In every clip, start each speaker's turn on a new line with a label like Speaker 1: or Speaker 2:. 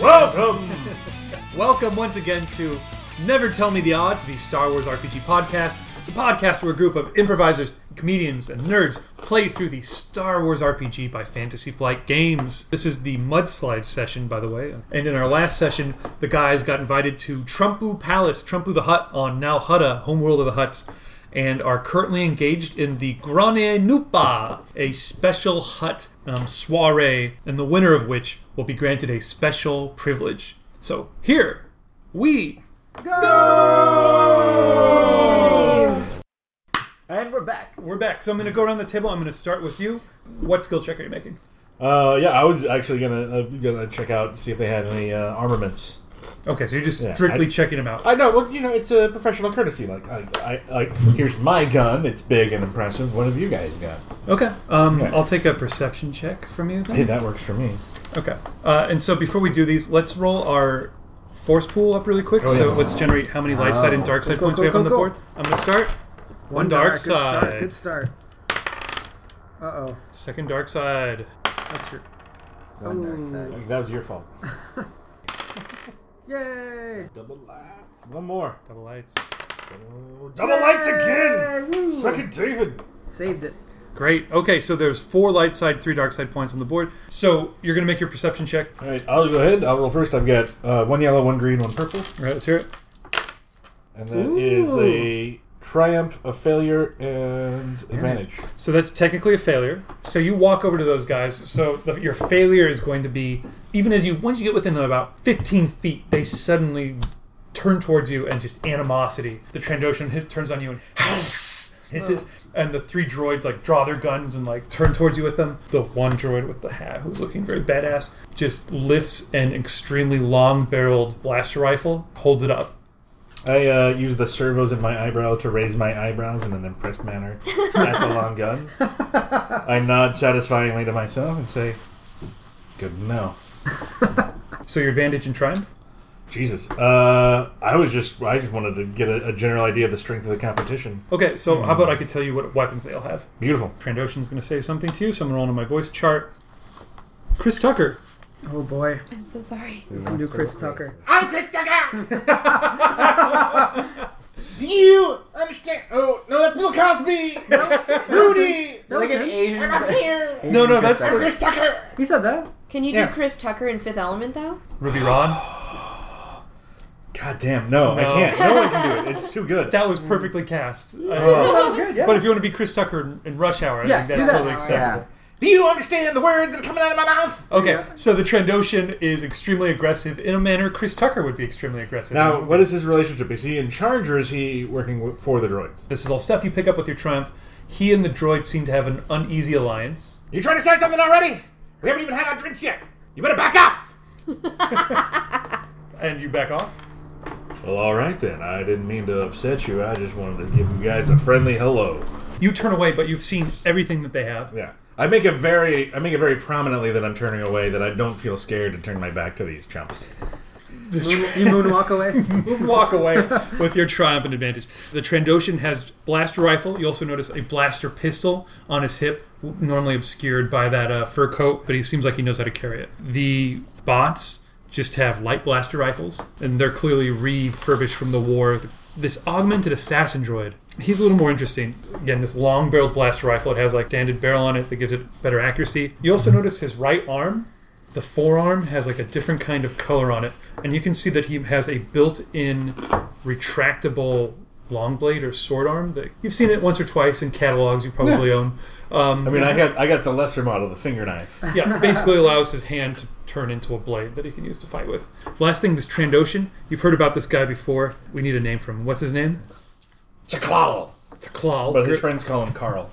Speaker 1: Welcome!
Speaker 2: Welcome once again to Never Tell Me the Odds, the Star Wars RPG podcast, the podcast where a group of improvisers, comedians, and nerds play through the Star Wars RPG by Fantasy Flight Games. This is the mudslide session, by the way. And in our last session, the guys got invited to Trumpu Palace, Trumpu the Hut on Now Hutta, homeworld of the Huts. And are currently engaged in the Grane Nupa, a special hut um, soiree, and the winner of which will be granted a special privilege. So here we
Speaker 3: And we're back.
Speaker 2: we're back. So I'm going to go around the table. I'm going to start with you. What skill check are you making?
Speaker 1: Uh, yeah, I was actually gonna uh, gonna check out see if they had any uh, armaments.
Speaker 2: Okay, so you're just
Speaker 1: Yeah,
Speaker 2: strictly
Speaker 1: I-
Speaker 2: checking them out.
Speaker 1: I know, well, you know, it's a professional courtesy. Like, I, I, like, here's my gun. It's big and impressive. What have you guys got?
Speaker 2: okay, um,
Speaker 1: Okay.
Speaker 2: I'll take a perception check from you. Then.
Speaker 1: Hey, that works for me.
Speaker 2: Okay, uh, and so before we do these, let's roll our force pool up really quick.
Speaker 1: Oh,
Speaker 2: so
Speaker 1: yes.
Speaker 2: let's generate how many light side and dark side
Speaker 3: Go, go,
Speaker 2: points
Speaker 3: go,
Speaker 2: we have
Speaker 3: go,
Speaker 2: on the
Speaker 3: go.
Speaker 2: board. I'm going to start. One, dark, side.
Speaker 3: Good start. Good start. Uh oh.
Speaker 2: Second dark side. That's your
Speaker 3: One dark side.
Speaker 1: That was your fault.
Speaker 3: Yay!
Speaker 1: Double lights. One more.
Speaker 2: double lights.
Speaker 1: Double lights
Speaker 3: Yay!
Speaker 1: again.
Speaker 3: Woo!
Speaker 1: Suck it, David.
Speaker 3: Saved it.
Speaker 2: Great. Okay, so there's four light side, three dark side points on the board. So you're going to make your perception check.
Speaker 1: All right, I'll go ahead. I'll roll first. I've got uh, one yellow, one green, one purple,
Speaker 2: All right, let's hear it.
Speaker 1: and that is a triumph, a failure, and advantage.
Speaker 2: So that's technically a failure. So you walk over to those guys. So the, your failure is going to be even as you once you get within about 15 feet, they suddenly turn towards you and just animosity. The Trandoshan his, turns on you and hisses, and the three droids like draw their guns and like turn towards you with them. The one droid with the hat, who's looking very badass, just lifts an extremely long-barreled blaster rifle, holds it up.
Speaker 1: I uh, use the servos in my eyebrow to raise my eyebrows in an impressed manner at the long gun. I nod satisfyingly to myself and say, "Good to know."
Speaker 2: So your advantage in triumph.
Speaker 1: Jesus, uh, I was just—I just wanted to get a, a general idea of the strength of the competition.
Speaker 2: Okay, so how about I could tell you what weapons they all have?
Speaker 1: Beautiful.
Speaker 2: Trandoshan's going to say something to you, so I'm rolling on my voice chart. Chris Tucker.
Speaker 3: Oh boy.
Speaker 4: I'm so sorry.
Speaker 3: New Chris Tucker.
Speaker 5: I'm Chris Tucker. Do you understand? Oh no, that's Bill Cosby. Rudy.
Speaker 3: Like an
Speaker 5: I'm up here.
Speaker 2: No, no, that's
Speaker 5: I'm Chris Tucker.
Speaker 3: He said that?
Speaker 4: Can you
Speaker 1: Yeah.
Speaker 4: do Chris Tucker in Fifth Element though?
Speaker 2: Ruby Ron.
Speaker 1: God damn, no, I
Speaker 2: No.
Speaker 1: can't. No one can do it. It's too good.
Speaker 2: That was perfectly cast. I
Speaker 1: Oh.
Speaker 2: think.
Speaker 3: That was good, yeah.
Speaker 2: But if you want to be Chris Tucker in- in Rush Hour, I
Speaker 3: Yeah,
Speaker 2: think
Speaker 3: do
Speaker 2: that's
Speaker 3: that.
Speaker 2: totally acceptable.
Speaker 5: Do you understand the words that are coming out of my mouth?
Speaker 2: Okay,
Speaker 3: Yeah.
Speaker 2: so the Trandoshan is extremely aggressive in a manner Chris Tucker would be extremely aggressive.
Speaker 1: Now, what is his relationship? Is he in charge or is he working w- for the droids?
Speaker 2: this is all stuff you pick up with your triumph. He and the droid seem to have an uneasy alliance.
Speaker 5: You trying to start something already? We haven't even had our drinks yet. You better back off.
Speaker 2: And you back off?
Speaker 1: Well, all right then. I didn't mean to upset you. I just wanted to give you guys a friendly hello.
Speaker 2: You turn away, but you've seen everything that they have.
Speaker 1: Yeah. I make it very, I make it very prominently that I'm turning away. That I don't feel scared to turn my back to these chumps.
Speaker 3: Moon, you moonwalk away?
Speaker 2: walk away with your triumph and advantage. The Trandoshan has blaster rifle. You also notice a blaster pistol on his hip, normally obscured by that uh, fur coat, but he seems like he knows how to carry it. The bots just have light blaster rifles, and they're clearly refurbished from the war. This augmented assassin droid. He's a little more interesting. Again, this long barreled blaster rifle. It has like standard barrel on it that gives it better accuracy. You also notice his right arm the forearm has like a different kind of color on it, and you can see that he has a built-in retractable long blade or sword arm. That you've seen it once or twice in catalogs you probably own. Um,
Speaker 1: I mean, I got, I got the lesser model, the finger knife.
Speaker 2: yeah, basically allows his hand to turn into a blade that he can use to fight with. Last thing, this Trandoshan. You've heard about this guy before. We need a name for him. What's his name?
Speaker 1: Chaklal.
Speaker 2: T'Klal.
Speaker 1: But his friends call him Carl.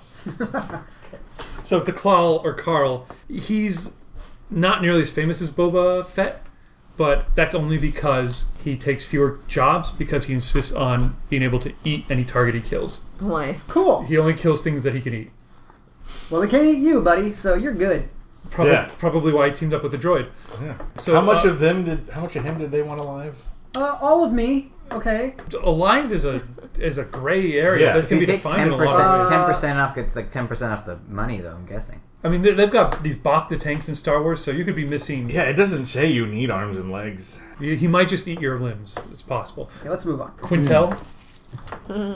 Speaker 2: So T'Klal or Carl, he's not nearly as famous as Boba Fett, but that's only because he takes fewer jobs because he insists on being able to eat any target he kills.
Speaker 4: Oh my.
Speaker 3: Cool.
Speaker 2: He only kills things that he can eat.
Speaker 3: Well, they can't eat you, buddy, so you're good.
Speaker 2: Probably,
Speaker 1: Yeah.
Speaker 2: probably why he teamed up with the droid.
Speaker 1: Yeah.
Speaker 2: So
Speaker 1: how much
Speaker 2: uh,
Speaker 1: of them did? How much of him did they want alive?
Speaker 3: Uh, all of me. Okay.
Speaker 2: Alive is a is a gray area
Speaker 1: Yeah.
Speaker 2: that
Speaker 1: If
Speaker 2: can
Speaker 6: you
Speaker 2: be
Speaker 6: take
Speaker 2: defined in
Speaker 6: ten
Speaker 2: a lot of
Speaker 6: percent,
Speaker 2: ways.
Speaker 6: ten percent off gets like ten percent off the money, though. I'm guessing.
Speaker 2: I mean, they- they've got these Bacta tanks in Star Wars, so you could be missing.
Speaker 1: Yeah, it doesn't say you need arms and legs.
Speaker 2: He might just eat your limbs. It's possible.
Speaker 3: Okay, let's move on.
Speaker 6: Hmm.
Speaker 2: Quintel.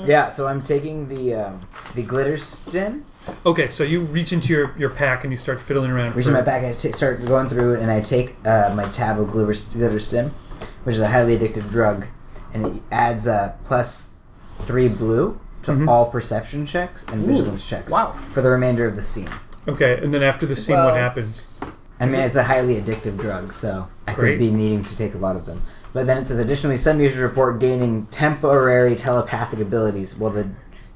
Speaker 6: Yeah, so I'm taking the um, the glitter stem.
Speaker 2: Okay, so you reach into your, your pack and you start fiddling around.
Speaker 6: Reach
Speaker 2: for-
Speaker 6: in my back, I t- start going through it, and I take uh, my tab of glitter, glitter stem, which is a highly addictive drug, and it adds uh, plus three blue to
Speaker 2: Mm-hmm.
Speaker 6: all perception checks and vigilance checks
Speaker 3: Wow.
Speaker 6: for the remainder of the scene.
Speaker 2: Okay, and then after the scene, what
Speaker 4: Well-
Speaker 2: happens?
Speaker 6: I mean, it's a highly addictive drug, so I
Speaker 2: Great.
Speaker 6: could be needing to take a lot of them. But then it says, additionally, some users report gaining temporary telepathic abilities, while the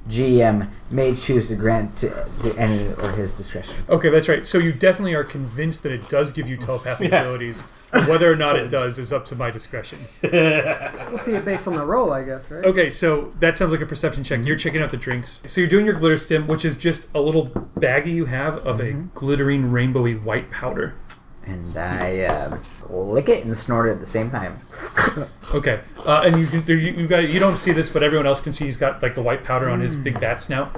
Speaker 6: GM may choose to grant to, to any or his discretion.
Speaker 2: Okay, that's right. So you definitely are convinced that it does give you telepathic
Speaker 1: Yeah.
Speaker 2: abilities. Whether or not it does is up to my discretion.
Speaker 3: We'll see it based on the roll, I guess, right?
Speaker 2: Okay, so that sounds like a perception check. You're checking out the drinks. So you're doing your glitter stim, which is just a little baggie you have of a glittering rainbowy white powder.
Speaker 6: And I um, lick it and snort it at the same time.
Speaker 2: Okay, uh, and you, can- there, you you guys you don't see this, but everyone else can see he's got like the white powder on his big bat snout.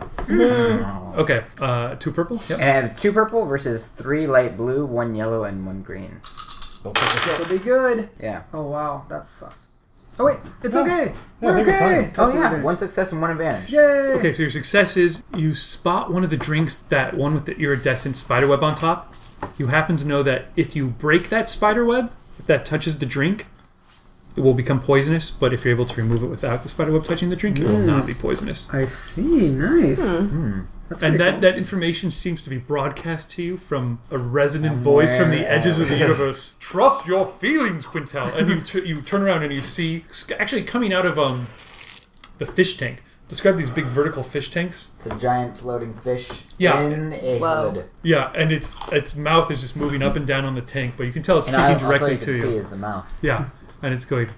Speaker 2: Okay, uh, two purple. Yep.
Speaker 6: And I have two purple versus three light blue, one yellow, and one green.
Speaker 3: It'll be good.
Speaker 6: Yeah.
Speaker 3: Oh wow, that sucks. Oh wait, it's
Speaker 1: No.
Speaker 3: okay.
Speaker 1: No, I
Speaker 3: We're
Speaker 1: think we're
Speaker 3: okay.
Speaker 1: fine.
Speaker 3: That's
Speaker 6: Oh
Speaker 3: what
Speaker 6: yeah,
Speaker 3: we're
Speaker 6: one success and one advantage.
Speaker 3: doing. Yay!
Speaker 2: Okay, so your success is you spot one of the drinks, that one with the iridescent spider web on top. You happen to know that if you break that spider web, if that touches the drink, it will become poisonous. But if you're able to remove it without the spider web touching the drink, it will not be poisonous.
Speaker 3: I see. Nice. That's
Speaker 2: And
Speaker 3: pretty
Speaker 2: that,
Speaker 3: cool.
Speaker 2: that information seems to be broadcast to you from a resonant voice from the edges of the universe. Trust your feelings, Quintel. And you t- you turn around and you see actually coming out of um the fish tank. Describe these big vertical fish tanks.
Speaker 6: It's a giant floating fish
Speaker 2: Yeah.
Speaker 6: in a
Speaker 4: Whoa.
Speaker 6: hood.
Speaker 2: Yeah, and its its mouth is just moving up and down on the tank, but you can tell it's
Speaker 6: And
Speaker 2: speaking
Speaker 6: I, all
Speaker 2: directly
Speaker 6: you
Speaker 2: to
Speaker 6: can
Speaker 2: you.
Speaker 6: see is the mouth.
Speaker 2: Yeah, and it's going,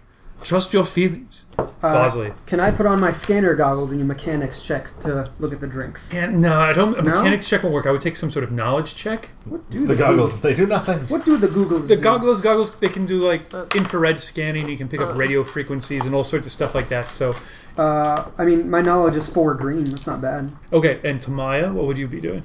Speaker 2: trust your feelings,
Speaker 3: Uh,
Speaker 2: Bosley.
Speaker 3: Can I put on my scanner goggles and your mechanics check to look at the drinks?
Speaker 2: And no, I don't. A
Speaker 3: No?
Speaker 2: mechanics check won't work. I would take some sort of knowledge check.
Speaker 3: What do
Speaker 1: The goggles, they do nothing.
Speaker 3: What do the Googles
Speaker 2: The
Speaker 3: do?
Speaker 2: goggles, goggles, they can do like
Speaker 4: Uh.
Speaker 2: infrared scanning. You can pick up radio frequencies and all sorts of stuff like that. So,
Speaker 3: Uh, I mean, my knowledge is four green. That's not bad.
Speaker 2: okay. And Tamaya, what would you be doing?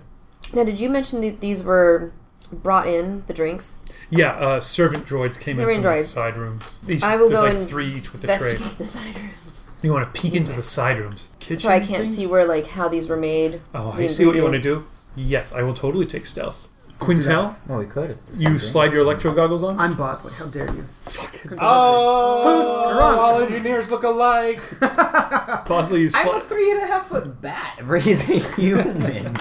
Speaker 4: Now, did you mention that these were brought in the drinks?
Speaker 2: Yeah, uh, servant droids came in
Speaker 4: Servant
Speaker 2: from the
Speaker 4: droids.
Speaker 2: side room. Each,
Speaker 4: I will
Speaker 2: there's
Speaker 4: go
Speaker 2: like
Speaker 4: and
Speaker 2: three each with a tray.
Speaker 4: Investigate the side rooms,
Speaker 2: You want to peek into the side rooms, kitchen.
Speaker 4: so I can't
Speaker 2: things?
Speaker 4: see where like how these were made.
Speaker 2: Oh,
Speaker 4: the
Speaker 2: I see what you want to
Speaker 4: ingredient.
Speaker 2: do. Yes, I will totally take stealth. Quintel,
Speaker 6: Well, we could. It's the same
Speaker 2: you
Speaker 6: thing.
Speaker 2: slide your electro goggles on.
Speaker 3: I'm Bosley. How dare you? Fucking
Speaker 1: Oh,
Speaker 3: wrong?
Speaker 1: all engineers look alike.
Speaker 2: Bosley, you
Speaker 6: I'm a
Speaker 2: slide.
Speaker 6: three and a half foot bat raising human.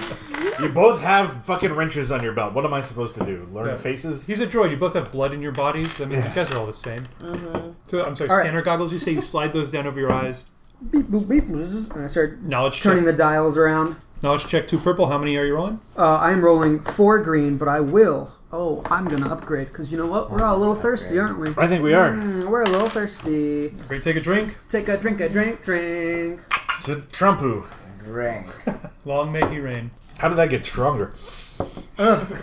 Speaker 1: You both have fucking wrenches on your belt. What am I supposed to do? Learn
Speaker 2: Yeah.
Speaker 1: faces?
Speaker 2: He's a droid. You both have blood in your bodies. I mean, you
Speaker 1: Yeah.
Speaker 2: guys are all the same. So I'm sorry,
Speaker 3: Mm-hmm. All right.
Speaker 2: scanner goggles. You say you slide those down over your eyes.
Speaker 3: Beep boop beep. zzz, And I start
Speaker 2: Knowledge check.
Speaker 3: turning the dials around.
Speaker 2: Knowledge check. Two purple. How many are you on?
Speaker 3: Uh, I'm rolling four green, but I will. Oh, I'm gonna upgrade because you know what? We're all a little thirsty, aren't we?
Speaker 1: I think we are.
Speaker 3: Mm, We're a little thirsty.
Speaker 2: Ready to take a drink.
Speaker 3: Take a drink, a drink, drink.
Speaker 1: So, Trumpu.
Speaker 6: Drink.
Speaker 2: Long may he reign.
Speaker 1: How did that get stronger?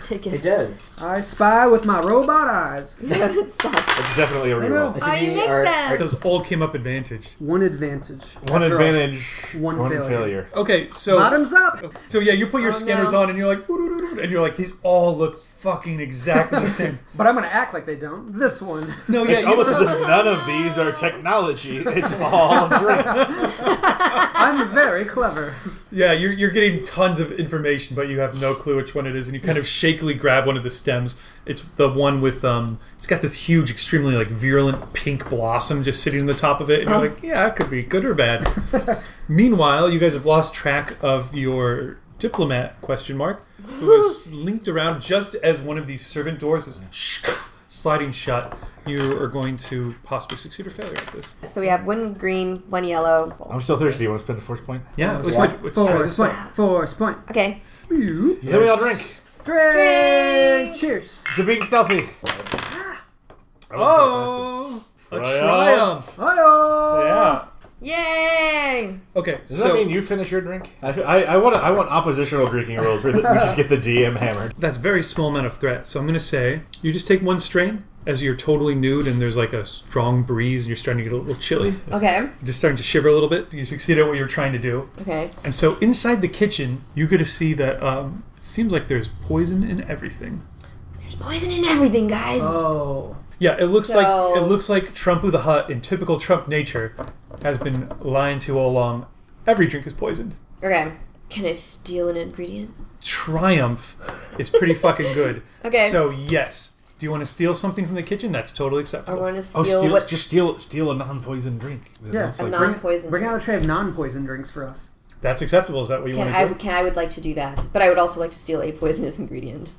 Speaker 4: Take
Speaker 6: It does.
Speaker 3: I spy with my robot eyes.
Speaker 4: That sucked.
Speaker 1: It's definitely a reroll.
Speaker 6: It
Speaker 4: Oh,
Speaker 6: should
Speaker 4: you
Speaker 6: be
Speaker 4: mixed
Speaker 6: our-
Speaker 4: them.
Speaker 6: our-
Speaker 2: Those all came up advantage.
Speaker 3: One advantage.
Speaker 1: One
Speaker 3: After all,
Speaker 1: advantage,
Speaker 3: One
Speaker 1: one,
Speaker 3: failure.
Speaker 1: failure.
Speaker 2: Okay, so
Speaker 3: Bottoms up.
Speaker 2: so yeah, you put your
Speaker 4: Oh,
Speaker 2: scanners
Speaker 4: no.
Speaker 2: on and you're like, "Doo-doo-doo-doo," and you're like, these all look fucking exactly the same.
Speaker 3: But I'm gonna act like they don't. This one.
Speaker 2: No, yeah,
Speaker 1: It's
Speaker 2: you-
Speaker 1: almost as if none of these are technology. It's all drinks.
Speaker 3: I'm very clever.
Speaker 2: Yeah, you're, you're getting tons of information, but you have no clue which one it is, and you kind of shakily grab one of the stems. It's the one with um, it's got this huge, extremely like virulent pink blossom just sitting on the top of it, and you're like, yeah, it could be good or bad. Meanwhile, you guys have lost track of your diplomat question mark, who was linked around just as one of these servant doors is sliding shut. You are going to possibly succeed or failure at this.
Speaker 4: So we have one green, one yellow.
Speaker 1: I'm still thirsty. You want to spend a force point?
Speaker 2: Yeah, it's
Speaker 6: Yeah.
Speaker 2: it's
Speaker 3: Force point. Force point.
Speaker 4: Okay.
Speaker 3: Drink.
Speaker 1: Then we all drink.
Speaker 4: Drink.
Speaker 3: Cheers.
Speaker 1: To being stealthy.
Speaker 2: Oh, a triumph.
Speaker 1: Triumph.
Speaker 3: Hi-yo.
Speaker 2: Yeah.
Speaker 4: Yay!
Speaker 2: Okay.
Speaker 1: Does
Speaker 2: so
Speaker 1: that mean you finish your drink? I, I, I want I want oppositional drinking rules where the, we just get the DM hammered.
Speaker 2: that's very small amount of threat. So I'm going to say you just take one strain as you're totally nude and there's like a strong breeze and you're starting to get a little chilly,
Speaker 4: Okay.
Speaker 2: just starting to shiver a little bit. You succeed at what you're trying to do.
Speaker 4: Okay.
Speaker 2: And so inside the kitchen, you get to see that um, it seems like there's poison in everything.
Speaker 4: There's poison in everything, guys.
Speaker 3: Oh.
Speaker 2: Yeah, it looks
Speaker 4: So-
Speaker 2: like it looks like Trump of the Hut in typical Trump nature has been lying to all along. Every drink is poisoned.
Speaker 4: Okay. Can I steal an ingredient?
Speaker 2: Triumph is pretty fucking good.
Speaker 4: Okay.
Speaker 2: So yes. Do you want to steal something from the kitchen? That's totally
Speaker 4: I
Speaker 2: acceptable.
Speaker 4: want to steal,
Speaker 1: Oh, steal,
Speaker 4: what
Speaker 1: just steal, steal a non-poison drink. It
Speaker 3: Yeah.
Speaker 1: looks
Speaker 4: a
Speaker 1: like-
Speaker 4: non-poison.
Speaker 3: Bring out a tray of non-poison drinks for us.
Speaker 2: That's acceptable. Is that what you
Speaker 4: can
Speaker 2: want
Speaker 4: I?
Speaker 2: to do?
Speaker 4: Can I would like to do that, but I would also like to steal a poisonous ingredient.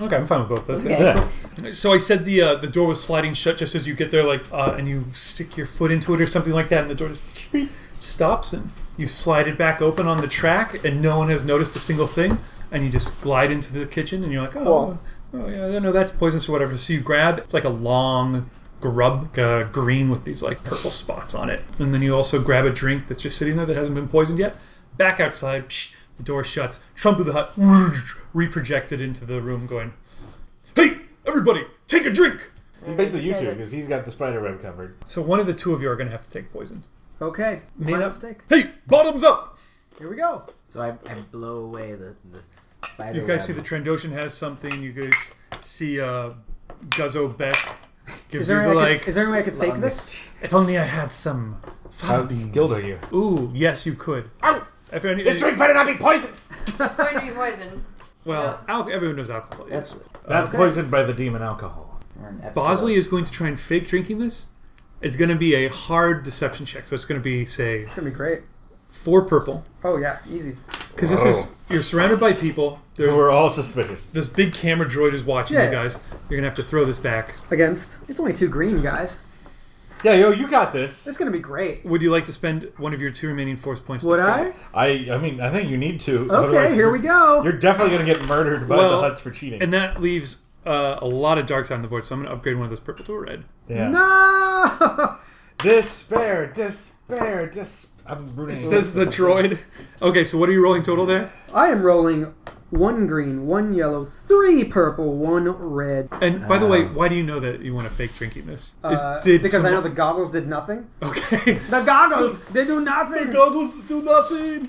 Speaker 2: Okay, I'm fine with both those.
Speaker 4: Okay.
Speaker 1: yeah.
Speaker 2: So I said the uh, the door was sliding shut just as you get there, like, uh, and you stick your foot into it or something like that, and the door just stops, and you slide it back open on the track, and no one has noticed a single thing, and you just glide into the kitchen, and you're like, oh,
Speaker 4: Cool.
Speaker 2: oh yeah, no, that's poisonous or whatever. So you grab it's like a long grub, uh, green with these like purple spots on it, and then you also grab a drink that's just sitting there that hasn't been poisoned yet. Back outside, psh, the door shuts. Trump of the hut reprojected into the room, going. Hey, everybody, take a drink.
Speaker 1: Basically, you
Speaker 4: This
Speaker 1: two,
Speaker 4: guy's a-
Speaker 1: because he's got the spider web covered.
Speaker 2: So one of the two of you are going to have to take poison.
Speaker 3: Okay.
Speaker 2: Nina-
Speaker 3: Final mistake.
Speaker 2: Hey, bottoms up!
Speaker 3: Here we go.
Speaker 6: So I, I blow away the, the spider.
Speaker 2: You guys see the
Speaker 6: web.
Speaker 2: Trandoshan has something. You guys see uh, Guzzo Beck
Speaker 3: Is
Speaker 2: gives you
Speaker 3: there,
Speaker 2: the
Speaker 3: any way I
Speaker 2: like.
Speaker 3: could, is there any way I could fake this?
Speaker 2: if only I had some.
Speaker 1: How
Speaker 2: fava beans."
Speaker 1: skilled are you?
Speaker 2: Ooh, yes, you could.
Speaker 5: Ow!
Speaker 2: If any,
Speaker 5: This drink better not be poisoned!
Speaker 4: It's going to be poison.
Speaker 2: well, al- everyone knows alcohol. Yes.
Speaker 1: Not
Speaker 6: That's
Speaker 1: poisoned by the demon alcohol.
Speaker 6: we're in episode-
Speaker 2: Bosley is going to try and fake drinking this. It's going to be a hard deception check. So it's going to be say
Speaker 3: It's gonna be great.
Speaker 2: four purple
Speaker 3: Oh yeah, easy.
Speaker 2: because this
Speaker 1: Oh.
Speaker 2: is you're surrounded by people. There's
Speaker 1: We're all suspicious.
Speaker 2: this big camera droid is watching
Speaker 3: Yeah.
Speaker 2: you guys. You're gonna have to throw this back.
Speaker 3: Against. It's only two green guys.
Speaker 1: Yeah, yo, you got this.
Speaker 3: It's gonna be great.
Speaker 2: Would you like to spend one of your two remaining force points? to
Speaker 3: Would
Speaker 2: pick
Speaker 3: I?
Speaker 2: up?
Speaker 1: I, I mean, I think you need to.
Speaker 3: Okay,
Speaker 1: otherwise
Speaker 3: here
Speaker 1: you're-
Speaker 3: we go.
Speaker 1: You're definitely gonna get murdered by
Speaker 2: Well,
Speaker 1: the Huts for cheating.
Speaker 2: And that leaves uh, a lot of darks on the board, so I'm gonna upgrade one of those purple to a red.
Speaker 1: yeah.
Speaker 3: No.
Speaker 1: Despair, despair, despair. I'm rooting. for-
Speaker 2: Says the droid. Okay, so what are you rolling total there?
Speaker 3: I am rolling one green, one yellow, three purple, one red.
Speaker 2: And by the way, why do you know that you want to fake drinking this? It
Speaker 3: Uh, because I know the goggles did nothing.
Speaker 2: Okay.
Speaker 3: The goggles, they do nothing.
Speaker 2: goggles do nothing.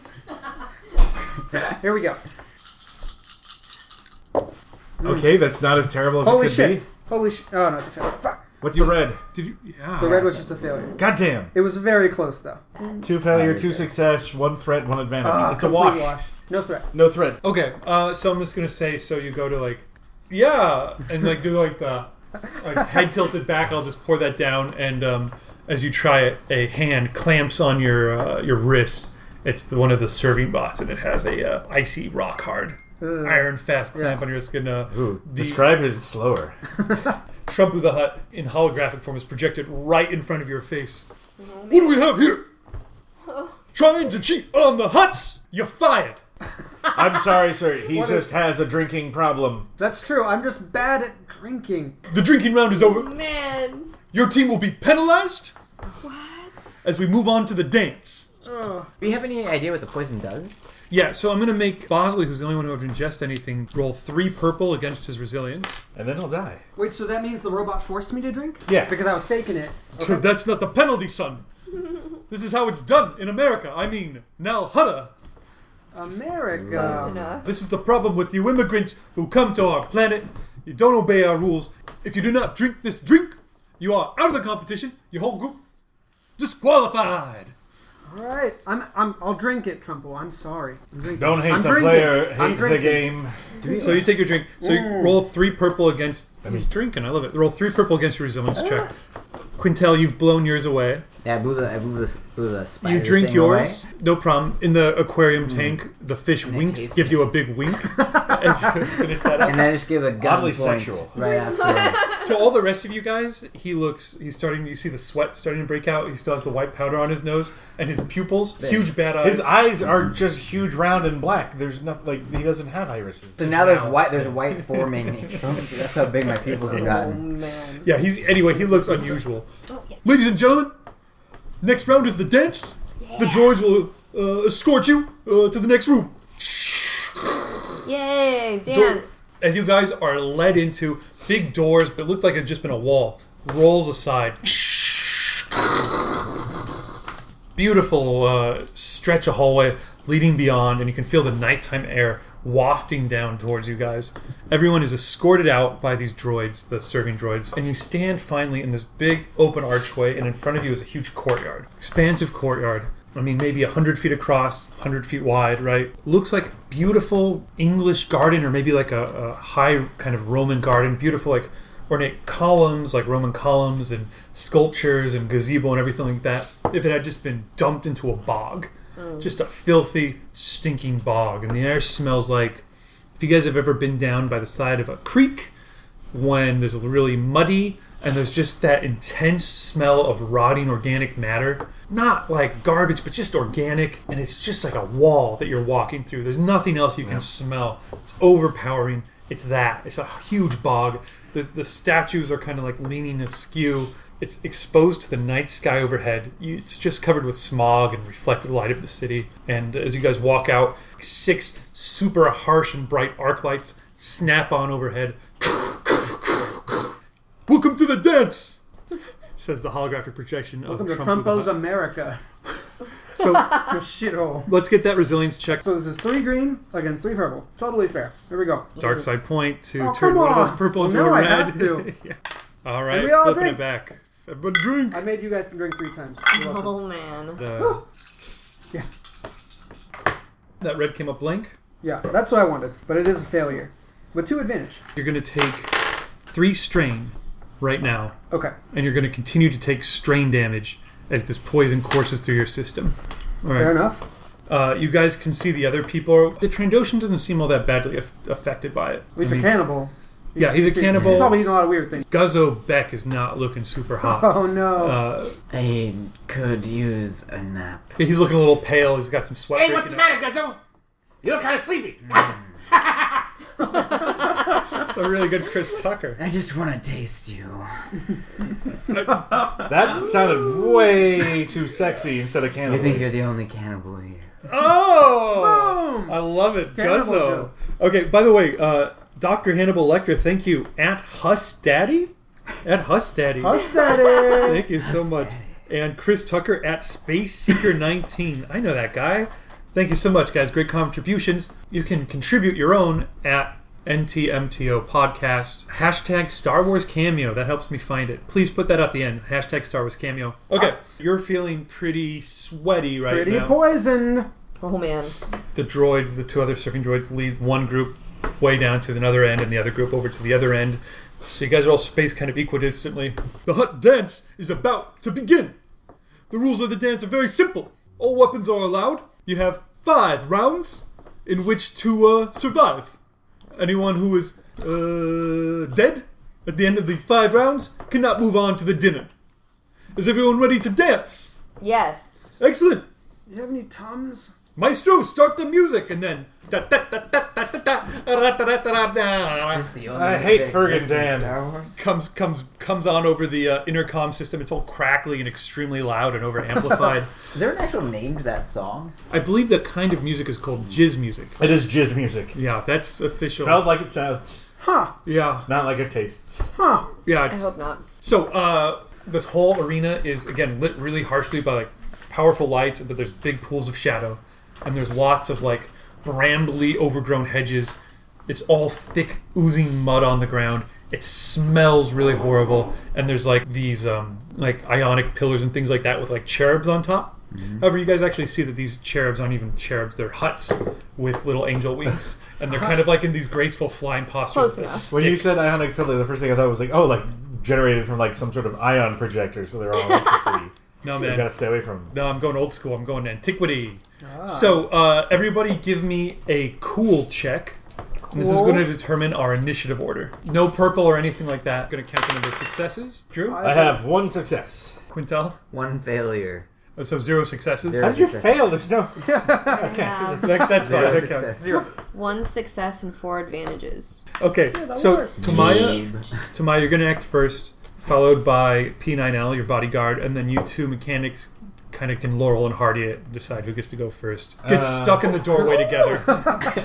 Speaker 3: Here we go.
Speaker 1: Okay, that's not as terrible as it
Speaker 3: Holy
Speaker 1: could
Speaker 3: shit.
Speaker 1: be.
Speaker 3: Holy sh! Oh no, it's a failure. Fuck.
Speaker 1: What's your red?
Speaker 2: Did you? Yeah.
Speaker 3: The red was just a failure.
Speaker 1: Goddamn.
Speaker 3: It was very close though.
Speaker 1: Two failure, two success, one threat, one advantage.
Speaker 3: Ah,
Speaker 1: it's a
Speaker 3: complete
Speaker 1: wash.
Speaker 3: No threat.
Speaker 1: No threat.
Speaker 2: Okay. Uh, so I'm just gonna say, so you go to like, yeah, and like do like the like head tilted back. I'll just pour that down, and um, as you try it, a hand clamps on your uh, your wrist. It's the, one of the serving bots, and it has a uh, icy, rock hard, iron fast clamp on your wrist. And uh,
Speaker 1: Ooh,
Speaker 2: the
Speaker 1: describe it as slower.
Speaker 2: Trump of the Hut in holographic form is projected right in front of your face. What do we have here? Trying to cheat on the huts? You're fired.
Speaker 1: I'm sorry, sir. He
Speaker 3: What
Speaker 1: just
Speaker 3: is-
Speaker 1: has a drinking problem.
Speaker 3: That's true. I'm just bad at drinking.
Speaker 2: The drinking round is over.
Speaker 4: Man,
Speaker 2: Your team will be penalized
Speaker 4: what?
Speaker 2: as we move on to the dance.
Speaker 6: Do you have any idea what the poison does?
Speaker 2: Yeah, so I'm going to make Bosley, who's the only one who would ingest anything, roll three purple against his resilience.
Speaker 1: And then he'll die.
Speaker 3: Wait, so that means the robot forced me to drink?
Speaker 1: Yeah.
Speaker 3: Because I was faking it.
Speaker 2: Dude, That's not the penalty, son. this is how it's done in America. I mean, now Hutta.
Speaker 4: Close
Speaker 3: America.
Speaker 4: enough.
Speaker 2: This is the problem with you immigrants who come to our planet. You don't obey our rules. If you do not drink this drink, you are out of the competition. Your whole group disqualified.
Speaker 3: All right. I'm, I'm, I'll drink it, Trumpo. I'm sorry. I'm drinking.
Speaker 1: Don't hate
Speaker 3: I'm
Speaker 1: the
Speaker 3: drinking.
Speaker 1: player,
Speaker 3: I'm
Speaker 1: hate the
Speaker 3: drinking.
Speaker 1: game.
Speaker 2: So you take your drink. So you roll three purple against. He's drinking. I love it. Roll three purple against your resilience check. Quintel, you've blown yours away.
Speaker 6: Yeah, I blew the I blew the, blew the spider
Speaker 2: You drink
Speaker 6: thing
Speaker 2: yours.
Speaker 6: away.
Speaker 2: No problem. In the aquarium tank, the fish winks,
Speaker 6: tastes
Speaker 2: gives you a big wink as you finish that up.
Speaker 6: and I just give a gun
Speaker 1: Oddly
Speaker 6: point
Speaker 1: sexual.
Speaker 6: right after.
Speaker 2: To all the rest of you guys, he looks. He's starting. You see the sweat starting to break out. He still has the white powder on his nose and his pupils. Huge bad
Speaker 3: Uh,
Speaker 2: eyes.
Speaker 1: His eyes are just huge, round, and black. There's nothing like he doesn't have irises.
Speaker 6: So now there's white there's white forming. That's how big my pupils have
Speaker 4: Oh
Speaker 6: gotten.
Speaker 4: man.
Speaker 2: Yeah. He's anyway. He looks unusual.
Speaker 4: Oh yeah.
Speaker 2: Ladies and gentlemen, next round is the dance. The droids will uh, escort you uh, to the next room.
Speaker 4: Yay! Dance.
Speaker 2: as you guys are led into big doors, but it looked like it had just been a wall. Rolls aside. Beautiful uh, stretch of hallway leading beyond, and you can feel the nighttime air wafting down towards you guys. Everyone is escorted out by these droids, the serving droids, and you stand finally in this big open archway, and in front of you is a huge courtyard. Expansive courtyard. I mean, maybe 100 feet across, 100 feet wide, right? Looks like beautiful English garden, or maybe like a, a high kind of Roman garden. Beautiful, like ornate columns, like Roman columns, and sculptures, and gazebo, and everything like that. If it had just been dumped into a bog, just a filthy, stinking bog. And the air smells like if you guys have ever been down by the side of a creek when there's really muddy and there's just that intense smell of rotting organic matter. Not like garbage, but just organic. And it's just like a wall that you're walking through. There's nothing else you can smell. It's overpowering. It's that. It's a huge bog. The, the statues are kind of like leaning askew. It's exposed to the night sky overhead. You, it's just covered with smog and reflected light of the city. And as you guys walk out, six super harsh and bright arc lights snap on overhead. Welcome to the dance, says the holographic projection of
Speaker 3: Welcome to
Speaker 2: Trump.
Speaker 3: Trumpo's America.
Speaker 2: so
Speaker 3: Your shithole.
Speaker 2: let's get that resilience check.
Speaker 3: So this is three green against three purple. Totally fair. Here we go.
Speaker 2: Dark side point to
Speaker 3: Oh,
Speaker 2: turn
Speaker 3: come
Speaker 2: one of those
Speaker 3: on.
Speaker 2: purple into
Speaker 3: Well,
Speaker 2: a
Speaker 3: now I
Speaker 2: red.
Speaker 3: have to.
Speaker 2: Yeah. All right,
Speaker 3: we all
Speaker 2: flipping
Speaker 3: drink.
Speaker 2: it back. Everybody drink.
Speaker 3: I made you guys drink three times. You're welcome.
Speaker 4: Oh man.
Speaker 2: Uh,
Speaker 3: Yeah.
Speaker 2: That red came up blank.
Speaker 3: Yeah, that's what I wanted, but it is a failure. With two advantage.
Speaker 2: You're going to take three strain right now,
Speaker 3: Okay.
Speaker 2: and you're going to continue to take strain damage as this poison courses through your system. All right.
Speaker 3: Fair enough.
Speaker 2: Uh, you guys can see the other people. The Trandoshan doesn't seem all that badly af- affected by it.
Speaker 3: He's
Speaker 2: I mean,
Speaker 3: a cannibal.
Speaker 2: yeah, he's a
Speaker 3: He's
Speaker 2: cannibal.
Speaker 3: probably eating a lot of weird things.
Speaker 2: Guzzo Beck is not looking super hot.
Speaker 3: Oh no.
Speaker 2: Uh,
Speaker 6: I could use a nap.
Speaker 2: he's looking a little pale. He's got some sweat.
Speaker 5: Hey, what's
Speaker 2: breaking
Speaker 5: the
Speaker 2: out.
Speaker 5: matter, Guzzo? You look kind of sleepy.
Speaker 2: That's a really good Chris Tucker.
Speaker 6: I just want to taste you.
Speaker 1: That sounded way too sexy instead of
Speaker 6: I
Speaker 1: cannibal.
Speaker 6: think you're the only cannibal here.
Speaker 2: Oh, I love it,
Speaker 3: Cannibal
Speaker 2: Guzzo. Okay, by the way, uh, Doctor Hannibal Lecter, thank you at Hus Daddy, at Hus Daddy.
Speaker 3: Us daddy.
Speaker 2: Thank Uh, you so much. And Chris Tucker at Space Seeker 19. I know that guy. Thank you so much, guys. Great contributions. You can contribute your own at NTMTO podcast. Hashtag Star Wars Cameo. That helps me find it. Please put that at the end. Hashtag Star Wars Cameo. Okay. You're feeling pretty sweaty right
Speaker 3: Pretty
Speaker 2: now.
Speaker 3: poison.
Speaker 4: Oh man.
Speaker 2: the droids, the two other surfing droids, lead one group way down to the other end and the other group over to the other end. So you guys are all spaced kind of equidistantly. The hut dance is about to begin. The rules of the dance are very simple. All weapons are allowed. You have five rounds in which to uh, survive. Anyone who is uh, dead at the end of the five rounds cannot move on to the dinner. Is everyone ready to dance?
Speaker 4: Yes.
Speaker 2: Excellent.
Speaker 3: Do you have any tums?
Speaker 2: Maestro, start the music, and then. da- da- da- da- da- da- da- da- da- da- da- da- da-
Speaker 6: the only
Speaker 1: I hate that Fergus exists in Dan. Star
Speaker 6: Wars.
Speaker 2: Comes comes comes on over the uh, intercom system. It's all crackly and extremely loud and over amplified.
Speaker 6: Is there an actual name to that song?
Speaker 2: I believe that kind of music is called jizz music.
Speaker 1: It is jizz music.
Speaker 2: Yeah, that's official.
Speaker 1: Felt like it sounds,
Speaker 3: Huh.
Speaker 2: Yeah,
Speaker 1: not like it tastes.
Speaker 3: Huh.
Speaker 2: yeah.
Speaker 4: I
Speaker 2: It's,
Speaker 4: hope not.
Speaker 2: So uh, this whole arena is again lit really harshly by like powerful lights, but there's big pools of shadow, and there's lots of like brambly overgrown hedges. It's all thick, oozing mud on the ground. It smells really horrible, and there's like these um, like ionic pillars and things like that with like cherubs on top.
Speaker 1: Mm-hmm.
Speaker 2: However, you guys actually see that these cherubs aren't even cherubs; they're huts with little angel wings, and they're kind of like in these graceful flying postures.
Speaker 4: Close
Speaker 2: with a
Speaker 4: enough.
Speaker 1: When you
Speaker 2: stick.
Speaker 1: said ionic filter, the first thing I thought was like, oh, like generated from like some sort of ion projector, so they're all electricity.
Speaker 2: no
Speaker 1: You
Speaker 2: man,
Speaker 1: gotta stay away from.
Speaker 2: No, I'm going old school. I'm going antiquity.
Speaker 1: Ah.
Speaker 2: So, uh, everybody give me a cool check. This is
Speaker 4: Cool.
Speaker 2: going to determine our initiative order. No purple or anything like that. Going to count the number of successes. Drew?
Speaker 1: I have one success.
Speaker 2: Quintel?
Speaker 6: One failure.
Speaker 2: Oh, So, zero successes?
Speaker 1: How
Speaker 6: Zero.
Speaker 1: did you fail? There's no.
Speaker 4: I have
Speaker 2: That- that's fine.
Speaker 6: Zero
Speaker 2: Oh, That counts.
Speaker 6: success.
Speaker 4: one success and four advantages.
Speaker 2: Okay,
Speaker 3: that'll
Speaker 2: so
Speaker 3: work.
Speaker 2: Tamaya,
Speaker 6: Deeb.
Speaker 2: Tamaya, you're going to act first, followed by P9L, your bodyguard, and then you two mechanics, Ka- kind of can Laurel and Hardy it, decide who gets to go first. Get stuck in the doorway together.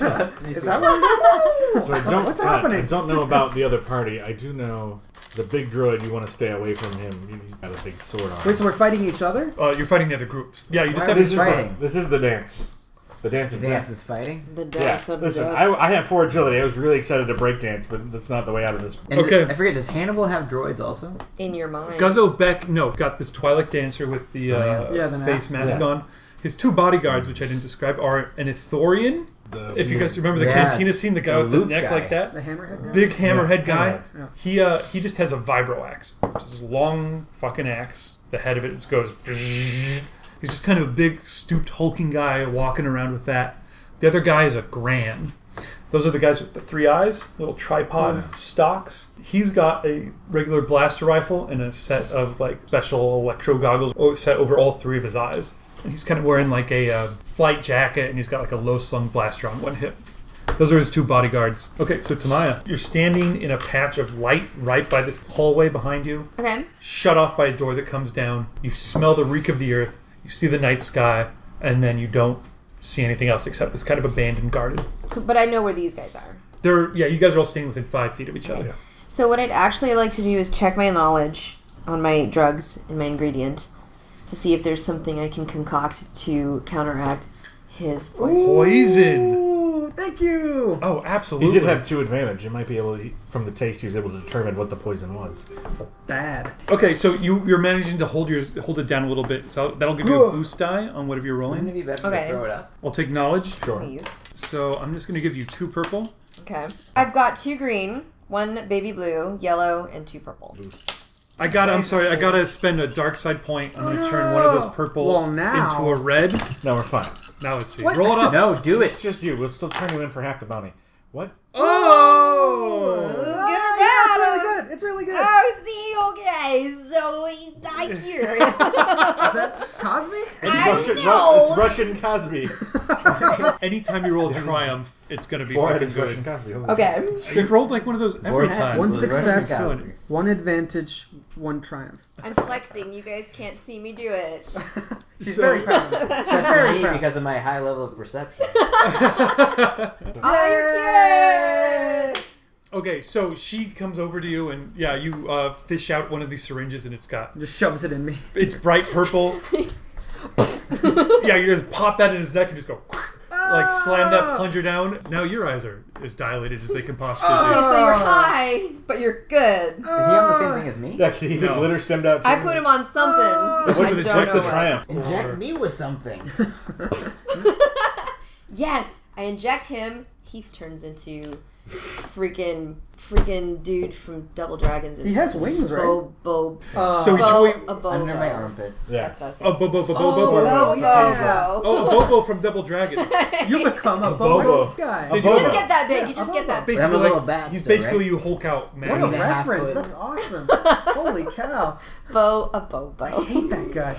Speaker 6: Is that what it
Speaker 1: So I don't,
Speaker 6: What's
Speaker 1: I- I
Speaker 6: happening?
Speaker 1: don't know about the other party. I do know the big droid. You want to stay away from him. You- He's got a big sword on.
Speaker 3: Wait,
Speaker 1: him.
Speaker 3: so we're fighting each other?
Speaker 2: Uh, you're fighting the other groups. Yeah, you just
Speaker 6: Why
Speaker 2: have
Speaker 6: are
Speaker 1: This
Speaker 2: to.
Speaker 1: is, the,
Speaker 6: fighting?
Speaker 1: this is the dance. The dance of
Speaker 6: is? Dance
Speaker 1: death.
Speaker 6: is fighting.
Speaker 4: The
Speaker 1: Yeah.
Speaker 4: dance of
Speaker 1: Listen,
Speaker 4: death.
Speaker 1: I, I have four agility. I was really excited to break dance, but that's not the way out of this.
Speaker 6: And
Speaker 2: Okay.
Speaker 6: I forget. Does Hannibal have droids also?
Speaker 4: in your mind.
Speaker 2: Guzzo Beck, no, got this Twilight dancer with the, uh,
Speaker 6: Oh,
Speaker 3: yeah. Yeah, the
Speaker 2: face mask
Speaker 1: Yeah.
Speaker 2: on. His two bodyguards, which I didn't describe, are an Ithorian.
Speaker 1: The-
Speaker 2: If you guys remember the
Speaker 6: Yeah.
Speaker 2: cantina scene, the guy
Speaker 6: The
Speaker 2: with the
Speaker 6: loop
Speaker 2: neck
Speaker 6: guy.
Speaker 2: like that.
Speaker 3: The hammerhead guy?
Speaker 2: big hammerhead guy.
Speaker 1: hammerhead.
Speaker 3: Yeah.
Speaker 2: He uh, he just has a vibro axe, which is a long fucking axe. The head of it just goes. He's just kind of a big, stooped, hulking guy walking around with that. The other guy is a Gran. Those are the guys with the three eyes, little tripod stocks. He's got a regular blaster rifle and a set of like special electro goggles o- set over all three of his eyes. And he's kind of wearing like a uh, flight jacket and he's got like a low slung blaster on one hip. Those are his two bodyguards. Okay, so Tamaya, you're standing in a patch of light right by this hallway behind you,
Speaker 4: okay.
Speaker 2: shut off by a door that comes down. You smell the reek of the earth, you see the night sky, and then you don't see anything else except this kind of abandoned garden.
Speaker 4: So, but I know where these guys are.
Speaker 2: They're, yeah, you guys are all standing within five feet of each other.
Speaker 4: So what I'd actually like to do is check my knowledge on my drugs and my ingredient to see if there's something I can concoct to counteract his poison.
Speaker 2: Poison!
Speaker 3: Ooh, thank you!
Speaker 2: Oh, absolutely.
Speaker 1: He did have two advantage. You might be able to, he- from the taste, he was able to determine what the poison was.
Speaker 3: Bad.
Speaker 2: Okay, so you, you're managing to hold your hold it down a little bit. So that'll give you a boost die on whatever you're rolling.
Speaker 6: Wouldn't it be better
Speaker 4: Okay.
Speaker 6: to throw it up?
Speaker 2: I'll take knowledge.
Speaker 1: Sure.
Speaker 4: Please.
Speaker 2: So I'm just going to give you two purple.
Speaker 4: Okay. I've got two green, one baby blue, yellow, and two purple.
Speaker 2: I got. I'm sorry. I gotta spend a dark side point. I'm gonna turn one of those purple
Speaker 3: Oh, Well, now-
Speaker 2: into a red.
Speaker 1: Now we're fine.
Speaker 2: Now let's see.
Speaker 3: What?
Speaker 2: Roll it up.
Speaker 6: No, do
Speaker 1: It's
Speaker 6: it.
Speaker 1: just you. We'll still turn you in for half the bounty. What?
Speaker 2: Oh!
Speaker 4: This is
Speaker 3: Oh,
Speaker 4: good or
Speaker 3: yeah, it's
Speaker 4: bad?
Speaker 3: really good. It's really good.
Speaker 4: Ah. Oh, see, okay. So I hear.
Speaker 3: Is that Cosby?
Speaker 1: It's
Speaker 4: I
Speaker 1: Russian,
Speaker 4: know.
Speaker 1: it's Russian Cosby.
Speaker 2: Anytime you roll triumph, it's gonna be
Speaker 1: Or it
Speaker 2: fucking
Speaker 1: is Russian
Speaker 2: good.
Speaker 1: Cosby. Holy
Speaker 4: okay.
Speaker 2: You've rolled like one of those every
Speaker 6: Or-
Speaker 2: time.
Speaker 3: One
Speaker 6: Well,
Speaker 3: success,
Speaker 6: right now.
Speaker 3: one advantage, one triumph.
Speaker 4: I'm flexing. You guys can't see me do it.
Speaker 3: She's
Speaker 2: So-
Speaker 3: very proud. of me. She's very
Speaker 6: Me,
Speaker 3: proud.
Speaker 6: because of my high level of perception.
Speaker 4: I
Speaker 2: Okay, so she comes over to you and yeah, you uh, fish out one of these syringes and it's got
Speaker 3: Just shoves it in me.
Speaker 2: it's bright purple. yeah, you just pop that in his neck and just go. Like slam that plunger down. Now your eyes are as dilated as they can possibly be.
Speaker 3: Oh.
Speaker 4: Okay, so you're high, but you're good.
Speaker 6: Is he on the same thing as me?
Speaker 1: Actually, he
Speaker 2: No.
Speaker 1: glitter stemmed out. Too.
Speaker 4: I put him on something.
Speaker 1: This was
Speaker 4: I
Speaker 1: an
Speaker 4: don't
Speaker 1: inject
Speaker 4: know
Speaker 1: the
Speaker 4: what.
Speaker 1: triumph.
Speaker 2: Or-
Speaker 6: Inject me with something.
Speaker 4: Yes, I inject him. He turns into freaking freaking dude from Double Dragons. Or
Speaker 3: He has wings, right?
Speaker 4: Bo bo
Speaker 3: Uh,
Speaker 2: So we-
Speaker 4: bo
Speaker 2: Between-
Speaker 4: a bo.
Speaker 6: Under my armpits.
Speaker 1: Yeah.
Speaker 4: That's what I was
Speaker 2: Oh,
Speaker 4: thinking.
Speaker 2: bo bo bo bo
Speaker 3: Oh,
Speaker 2: bo.
Speaker 4: Bo
Speaker 3: yeah.
Speaker 4: bo bo.
Speaker 2: Oh, a Bobo from Double Dragon.
Speaker 3: you become a
Speaker 1: Bobo.
Speaker 3: bonus guy.
Speaker 2: Did
Speaker 1: Bobo.
Speaker 4: You just get that big. You just
Speaker 3: Yeah,
Speaker 4: get that big.
Speaker 6: I'm a
Speaker 2: Basically,
Speaker 6: little
Speaker 2: like,
Speaker 6: bat
Speaker 2: he's
Speaker 6: still,
Speaker 2: basically
Speaker 6: right?
Speaker 2: you Hulk out,
Speaker 3: What
Speaker 2: man.
Speaker 3: a
Speaker 6: and a half
Speaker 3: reference.
Speaker 6: foot.
Speaker 3: That's awesome. Holy cow.
Speaker 4: Bo a bo
Speaker 3: I
Speaker 4: bo.
Speaker 3: hate that guy.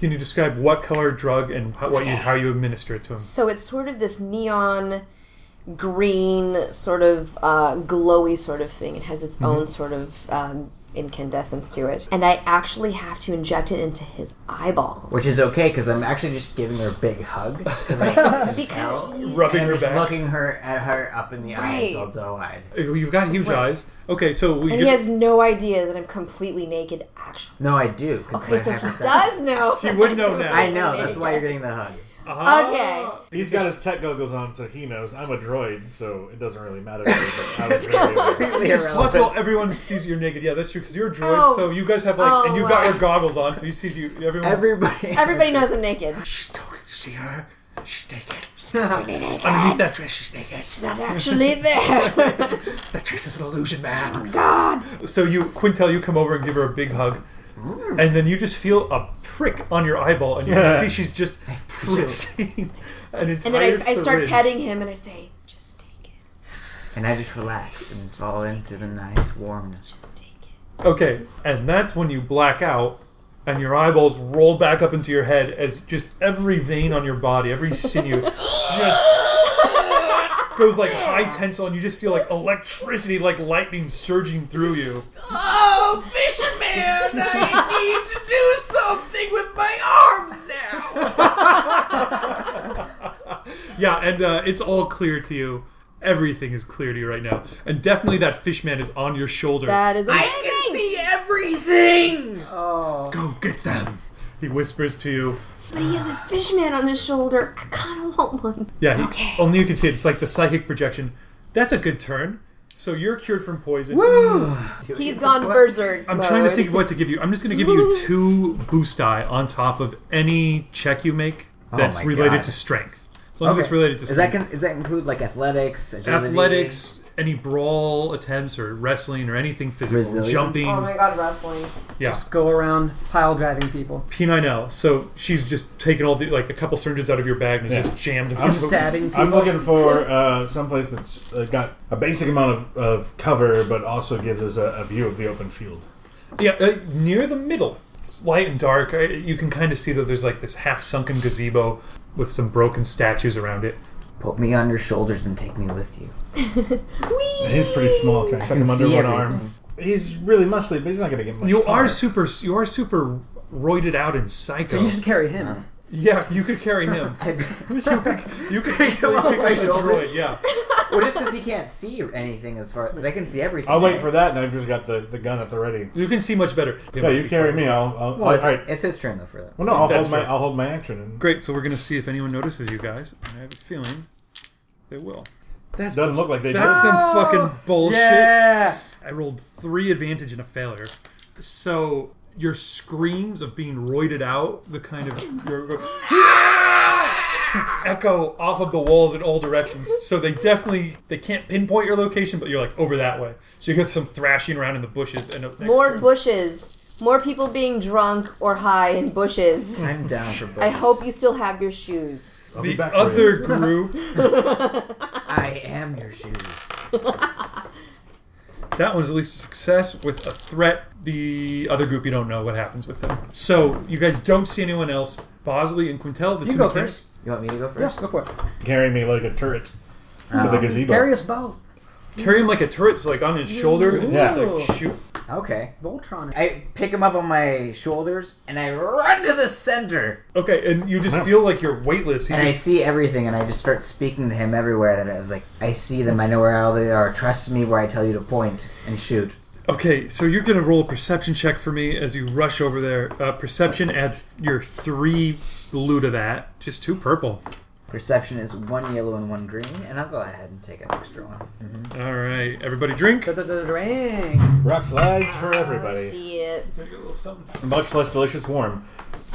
Speaker 2: Can you describe what color drug and how, what you how you administer it to him?
Speaker 4: So it's sort of this neon green sort of uh, glowy sort of thing. It has its own sort of um, incandescence to it, and I actually have to inject it into his eyeball
Speaker 6: Which is okay because I'm actually just giving her a big hug. 'cause I-
Speaker 4: because
Speaker 2: Rubbing
Speaker 6: and
Speaker 2: her
Speaker 6: I'm just
Speaker 2: back.
Speaker 6: looking her at her up in the
Speaker 4: Right.
Speaker 6: eyes, all doe eyed.
Speaker 2: You've got huge eyes. Okay, so we
Speaker 4: and
Speaker 2: get-
Speaker 4: he has no idea that I'm completely naked. Actually.
Speaker 6: No, I do. 'cause
Speaker 4: Okay,
Speaker 6: it's
Speaker 4: so
Speaker 6: my
Speaker 4: he
Speaker 6: hypersensitive.
Speaker 4: does know.
Speaker 2: He would know now.
Speaker 6: I know. That's why you're getting the hug.
Speaker 2: Ah.
Speaker 1: He's got his tech goggles on, so he knows. I'm a droid, so it doesn't really matter. to me, but I was very aware.
Speaker 2: It's possible everyone sees you're naked. Yeah, that's true. Because you're a droid,
Speaker 4: Oh.
Speaker 2: so you guys have like, and
Speaker 4: Oh,
Speaker 2: you've got
Speaker 4: wow.
Speaker 2: your goggles on, so he sees you. Everyone.
Speaker 6: Everybody.
Speaker 4: Everybody knows I'm naked.
Speaker 2: she's totally. See her. She's naked. She's totally naked. Underneath that dress, she's naked.
Speaker 4: Not actually there.
Speaker 2: That dress is an illusion, man.
Speaker 4: God.
Speaker 2: So you, Quintel, you come over and give her a big hug, and then you just feel a prick on your eyeball, and you see she's just pressing an entire
Speaker 4: And then I, I start
Speaker 2: syringe.
Speaker 4: petting him and I say, just take it,
Speaker 6: And I just relax and fall into the nice warmness.
Speaker 4: just take it.
Speaker 2: Okay, and that's when you black out, and your eyeballs roll back up into your head as just every vein on your body, every sinew, just goes like high tensile, and you just feel like electricity, like lightning surging through you.
Speaker 5: Oh, Fishman, I need to do something with my arms now.
Speaker 2: yeah, and uh, it's all clear to you. Everything is clear to you right now, and definitely that fish man is on your shoulder.
Speaker 4: That is
Speaker 5: I
Speaker 4: amazing.
Speaker 5: can see everything.
Speaker 3: Oh.
Speaker 2: Go get them. He whispers to you.
Speaker 4: But he has a fish man on his shoulder. I kind of want one.
Speaker 2: Yeah, he-
Speaker 4: Okay.
Speaker 2: only you can see it. It's like the psychic projection. That's a good turn. So you're cured from poison.
Speaker 4: He's gone berserk.
Speaker 2: I'm
Speaker 4: mode.
Speaker 2: trying to think of what to give you. I'm just going to give you two boost die on top of any check you make that's
Speaker 6: my
Speaker 2: related
Speaker 6: God.
Speaker 2: to strength. As long as it's related to
Speaker 6: Does that
Speaker 2: strength.
Speaker 6: con- does that include like athletics, agility?
Speaker 2: Athletics, any brawl attempts or wrestling or anything physical,
Speaker 6: Resilience?
Speaker 2: jumping.
Speaker 4: Oh my god, wrestling.
Speaker 2: yeah,
Speaker 3: Go around pile driving people.
Speaker 2: P9L. So she's just taking all the, like a couple syringes out of your bag and is
Speaker 1: Yeah.
Speaker 2: just jammed.
Speaker 1: I'm
Speaker 3: Stabbing people.
Speaker 1: I'm looking for uh, someplace that's uh, got a basic amount of, of cover, but also gives us a, a view of the open field.
Speaker 2: Yeah, uh, near the middle. It's light and dark. I, you can kind of see that there's like this half sunken gazebo with some broken statues around it.
Speaker 6: Put me on your shoulders and take me with you.
Speaker 4: Whee!
Speaker 1: He's pretty small. Can I tuck him
Speaker 6: can
Speaker 1: under
Speaker 6: see
Speaker 1: one
Speaker 6: everything.
Speaker 1: arm? He's really muscly, but he's not going to get much.
Speaker 2: You
Speaker 1: taller.
Speaker 2: are super. You are super roided out and psycho.
Speaker 3: You should carry him.
Speaker 2: yeah, you could carry him. you could, you could
Speaker 6: him off
Speaker 2: easily pick
Speaker 6: my
Speaker 2: up a
Speaker 6: shoulders.
Speaker 2: droid. Yeah.
Speaker 6: well, just because he can't see anything as far as I can see everything.
Speaker 1: I'll wait
Speaker 6: right?
Speaker 1: for that, and I've just got the, the gun at the ready.
Speaker 2: You can see much better.
Speaker 1: Yeah, you carry me. I'll. I'll
Speaker 6: Well, it's,
Speaker 1: all right.
Speaker 6: it's his turn though for that.
Speaker 1: Well, no, I'll
Speaker 2: That's
Speaker 1: hold my
Speaker 2: true.
Speaker 1: I'll hold my action. And
Speaker 2: Great. So we're gonna see if anyone notices you guys. And I have a feeling they will. That's
Speaker 1: Doesn't look like they
Speaker 2: That's
Speaker 1: do.
Speaker 2: some fucking bullshit.
Speaker 3: Yeah.
Speaker 2: I rolled three advantage and a failure. So your screams of being roided out, the kind of your, echo off of the walls in all directions. So they definitely they can't pinpoint your location, but you're like over that way. So you hear some thrashing around in the bushes and up next
Speaker 4: More
Speaker 2: to-
Speaker 4: bushes. More people being drunk or high in bushes.
Speaker 6: I'm down for both.
Speaker 4: I hope you still have your shoes.
Speaker 1: I'll be
Speaker 2: the
Speaker 1: back
Speaker 2: other
Speaker 1: For you.
Speaker 2: group.
Speaker 6: I am your shoes.
Speaker 2: That one's at least a success with a threat. The other group, you don't know what happens with them. So you guys don't see anyone else. Bosley and Quintel, the
Speaker 3: You
Speaker 2: two
Speaker 3: go
Speaker 2: mechanics-
Speaker 3: first.
Speaker 6: You want me to go
Speaker 3: Yes,
Speaker 6: first?
Speaker 3: go for it.
Speaker 1: Carry me like a turret to the gazebo.
Speaker 3: Carry us both.
Speaker 2: carry him like a turret, so like on his shoulder, and just
Speaker 1: Yeah.
Speaker 2: like shoot.
Speaker 6: Okay.
Speaker 3: Voltron.
Speaker 6: I pick him up on my shoulders and I run to the center.
Speaker 2: Okay, and you just feel like you're weightless. You
Speaker 6: And I
Speaker 2: just,
Speaker 6: see everything and I just start speaking to him everywhere. And I was like, I see them. I know where all they are. Trust me where I tell you to point and shoot.
Speaker 2: okay, so you're gonna roll a perception check for me as you rush over there. Uh, perception, add th- your three blue to that, just two purple.
Speaker 6: Perception is one yellow and one green, and I'll go ahead and take an extra one.
Speaker 2: All right, everybody, drink.
Speaker 3: Drink.
Speaker 1: Rock slides for everybody.
Speaker 4: Shit. It's
Speaker 1: Much less delicious warm.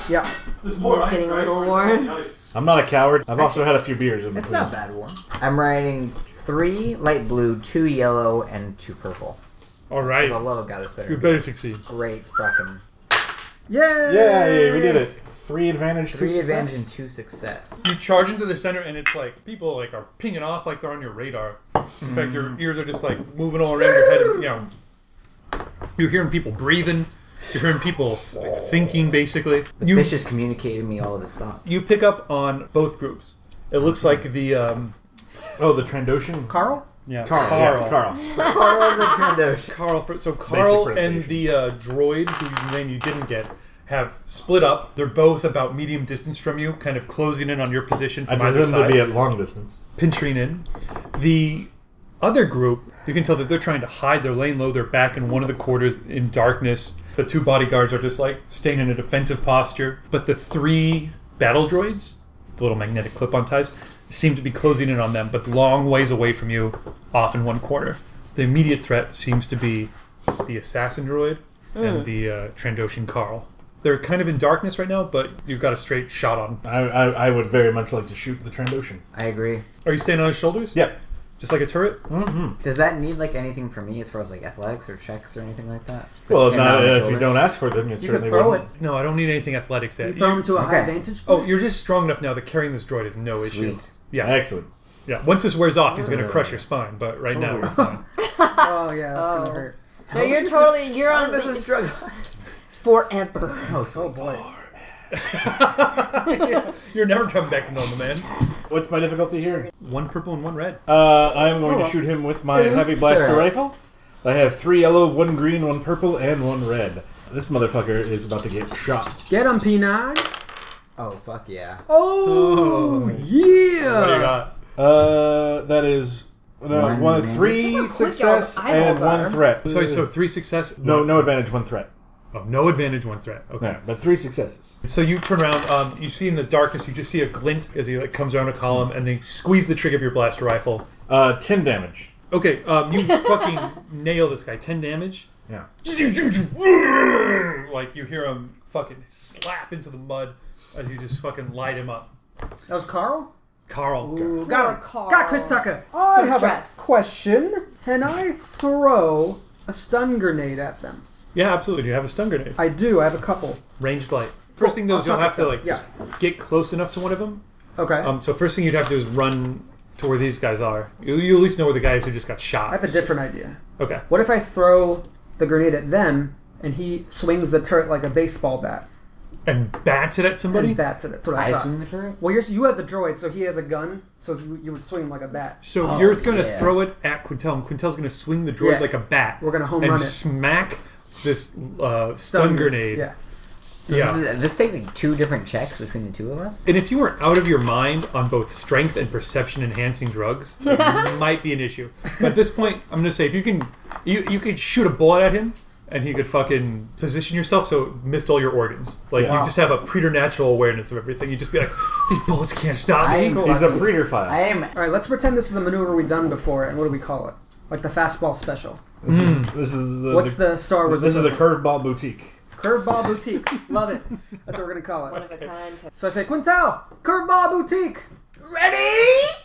Speaker 3: Yeah.
Speaker 2: There's
Speaker 4: getting a little warm.
Speaker 1: I'm not a coward. I've also had a few beers. In
Speaker 6: It's
Speaker 1: between.
Speaker 6: not bad one. I'm writing three light blue, two yellow, and two purple.
Speaker 2: All
Speaker 6: The
Speaker 2: right,
Speaker 6: love of God, this
Speaker 2: you
Speaker 6: better be
Speaker 2: better succeed.
Speaker 6: great fucking
Speaker 3: Yay!
Speaker 1: Yeah, yeah, we did it. Three advantage. two
Speaker 6: three advantage
Speaker 1: success.
Speaker 6: and two success.
Speaker 2: You charge into the center, and it's like people like are pinging off like they're on your radar. In fact, your ears are just like moving all around your head. And, you know, you're hearing people breathing. You're hearing people like, thinking, basically. You
Speaker 6: Fish is communicating me all of his thoughts.
Speaker 2: you pick up on both groups. It looks like the um,
Speaker 1: Oh, the Trandoshan.
Speaker 3: Carl?
Speaker 2: yeah,
Speaker 1: Carl.
Speaker 2: Carl.
Speaker 1: Yeah, Carl.
Speaker 6: Carl the Trandoshan.
Speaker 2: Carl for- so Carl and
Speaker 1: pronunciation.
Speaker 2: the uh, droid, whose name you didn't get, have split up. They're both about medium distance from you, kind of closing in on your position
Speaker 1: I
Speaker 2: from either
Speaker 1: presume
Speaker 2: side,
Speaker 1: to be at long distance.
Speaker 2: pinching in. The other group, you can tell that they're trying to hide. They're laying low. They're back in one of the quarters in darkness. The two bodyguards are just like staying in a defensive posture. But the three battle droids, the little magnetic clip-on ties, seem to be closing in on them, but long ways away from you, off in one corner. The immediate threat seems to be the assassin droid and the uh, Trandoshan Carl. They're kind of in darkness right now, but you've got a straight shot on.
Speaker 1: I, I, I would very much like to shoot the Trandoshan.
Speaker 6: I agree.
Speaker 2: Are you standing on his shoulders?
Speaker 1: Yeah.
Speaker 2: Just like a turret?
Speaker 6: Does that need like anything from me as far as like athletics or checks or anything like that?
Speaker 1: Well,
Speaker 6: Stand
Speaker 1: not,
Speaker 6: on my
Speaker 1: if you
Speaker 6: shoulders?
Speaker 1: don't ask for them, you,
Speaker 3: You could
Speaker 1: certainly
Speaker 3: throw
Speaker 1: wouldn't.
Speaker 3: it.
Speaker 2: No, I don't need anything athletics at
Speaker 3: You throw him to a high
Speaker 6: Okay.
Speaker 3: vantage point.
Speaker 2: Oh, you're just strong enough now. that carrying this droid is
Speaker 6: Oh,
Speaker 2: no issue.
Speaker 6: Sweet.
Speaker 2: Yeah,
Speaker 1: Excellent.
Speaker 2: yeah. Once this wears off, he's gonna crush your spine. But right now, we're fine.
Speaker 3: Oh, yeah, that's
Speaker 4: Oh.
Speaker 3: gonna hurt.
Speaker 4: No, you're totally. You're
Speaker 6: How
Speaker 4: on
Speaker 6: does this
Speaker 4: the,
Speaker 6: drug
Speaker 4: forever.
Speaker 6: Oh, so
Speaker 3: boy.
Speaker 2: You're never coming back to normal, man.
Speaker 1: What's my difficulty here?
Speaker 2: One purple and one red.
Speaker 1: Uh, I am
Speaker 4: Oh.
Speaker 1: going to shoot him with my heavy blaster
Speaker 6: sir.
Speaker 1: rifle. I have three yellow, one green, one purple, and one red. This motherfucker is about to get shot.
Speaker 3: Get him, P9.
Speaker 6: Oh fuck yeah!
Speaker 3: Oh,
Speaker 2: What do you
Speaker 3: yeah.
Speaker 2: got?
Speaker 1: Uh, that is no,
Speaker 6: One
Speaker 1: one
Speaker 4: Look
Speaker 6: advantage.
Speaker 4: how
Speaker 1: three
Speaker 4: quick
Speaker 1: success
Speaker 4: y'all's eyeballs
Speaker 1: and one
Speaker 4: are.
Speaker 1: threat.
Speaker 2: Sorry, so three success.
Speaker 1: no, no advantage, one threat.
Speaker 2: Oh, no advantage, one threat. Okay.
Speaker 1: Yeah, but three successes.
Speaker 2: So you turn around. Um, you see in the darkness. You just see a glint as he like comes around a column, and they squeeze the trigger of your blaster rifle.
Speaker 1: Uh, ten damage.
Speaker 2: Okay, um, you fucking nail this guy. Ten damage.
Speaker 1: Yeah.
Speaker 2: Like you hear him fucking slap into the mud as you just fucking light him up.
Speaker 3: That was Carl.
Speaker 2: Carl,
Speaker 3: Ooh, got him.
Speaker 4: Carl.
Speaker 3: Got Chris Tucker. Oh, I
Speaker 4: From
Speaker 3: have
Speaker 4: stress.
Speaker 3: a question. Can I throw a stun grenade at them?
Speaker 2: Yeah, absolutely. You have a stun grenade.
Speaker 3: I do. I have a couple.
Speaker 2: Ranged light. First thing though is you'll have to like
Speaker 3: Oh, Yeah.
Speaker 2: s- get close enough to one of them.
Speaker 3: Okay.
Speaker 2: Um, so first thing you'd have to do is run to where these guys are. You, you at least know where the guys who just got shot.
Speaker 3: I have a different idea.
Speaker 2: Okay.
Speaker 3: What if I throw the grenade at them and he swings the turret like a baseball bat
Speaker 2: And bats it at somebody.
Speaker 3: and bats it? That's what I,
Speaker 6: I
Speaker 3: thought.
Speaker 6: swing the turret.
Speaker 3: Well, you're, you have the droid, so he has a gun, so you, you would swing him like a bat.
Speaker 2: So
Speaker 6: Oh,
Speaker 2: you're going to
Speaker 6: yeah.
Speaker 2: throw it at Quintel, and Quintel's going to swing the droid
Speaker 3: Yeah.
Speaker 2: like a bat.
Speaker 3: We're gonna home
Speaker 2: and
Speaker 3: run it.
Speaker 2: smack this uh, stun, grenade.
Speaker 3: Yeah.
Speaker 6: So
Speaker 2: Yeah.
Speaker 6: this, is, this taking two different checks between the two of us.
Speaker 2: And if you weren't out of your mind on both strength and perception enhancing drugs, it might be an issue. But at this point, I'm going to say if you can, you you could shoot a bullet at him, and he could fucking position yourself so it missed all your organs. Like
Speaker 1: Wow.
Speaker 2: you just have a preternatural awareness of everything. You just be like, these bullets can't stop me.
Speaker 6: I-
Speaker 1: He's a preterphile.
Speaker 6: I am.
Speaker 3: All right, let's pretend this is a maneuver we've done before, and what do we call it? Like the fastball special.
Speaker 1: this, is, this is the,
Speaker 3: What's
Speaker 1: the-
Speaker 3: the Star Wars?
Speaker 1: this is the
Speaker 3: equivalent?
Speaker 1: curveball boutique.
Speaker 3: curveball boutique. Love it. That's what we're gonna call
Speaker 4: One
Speaker 3: it.
Speaker 4: of a kind.
Speaker 3: So I say, Quintel, curveball boutique.
Speaker 4: Ready?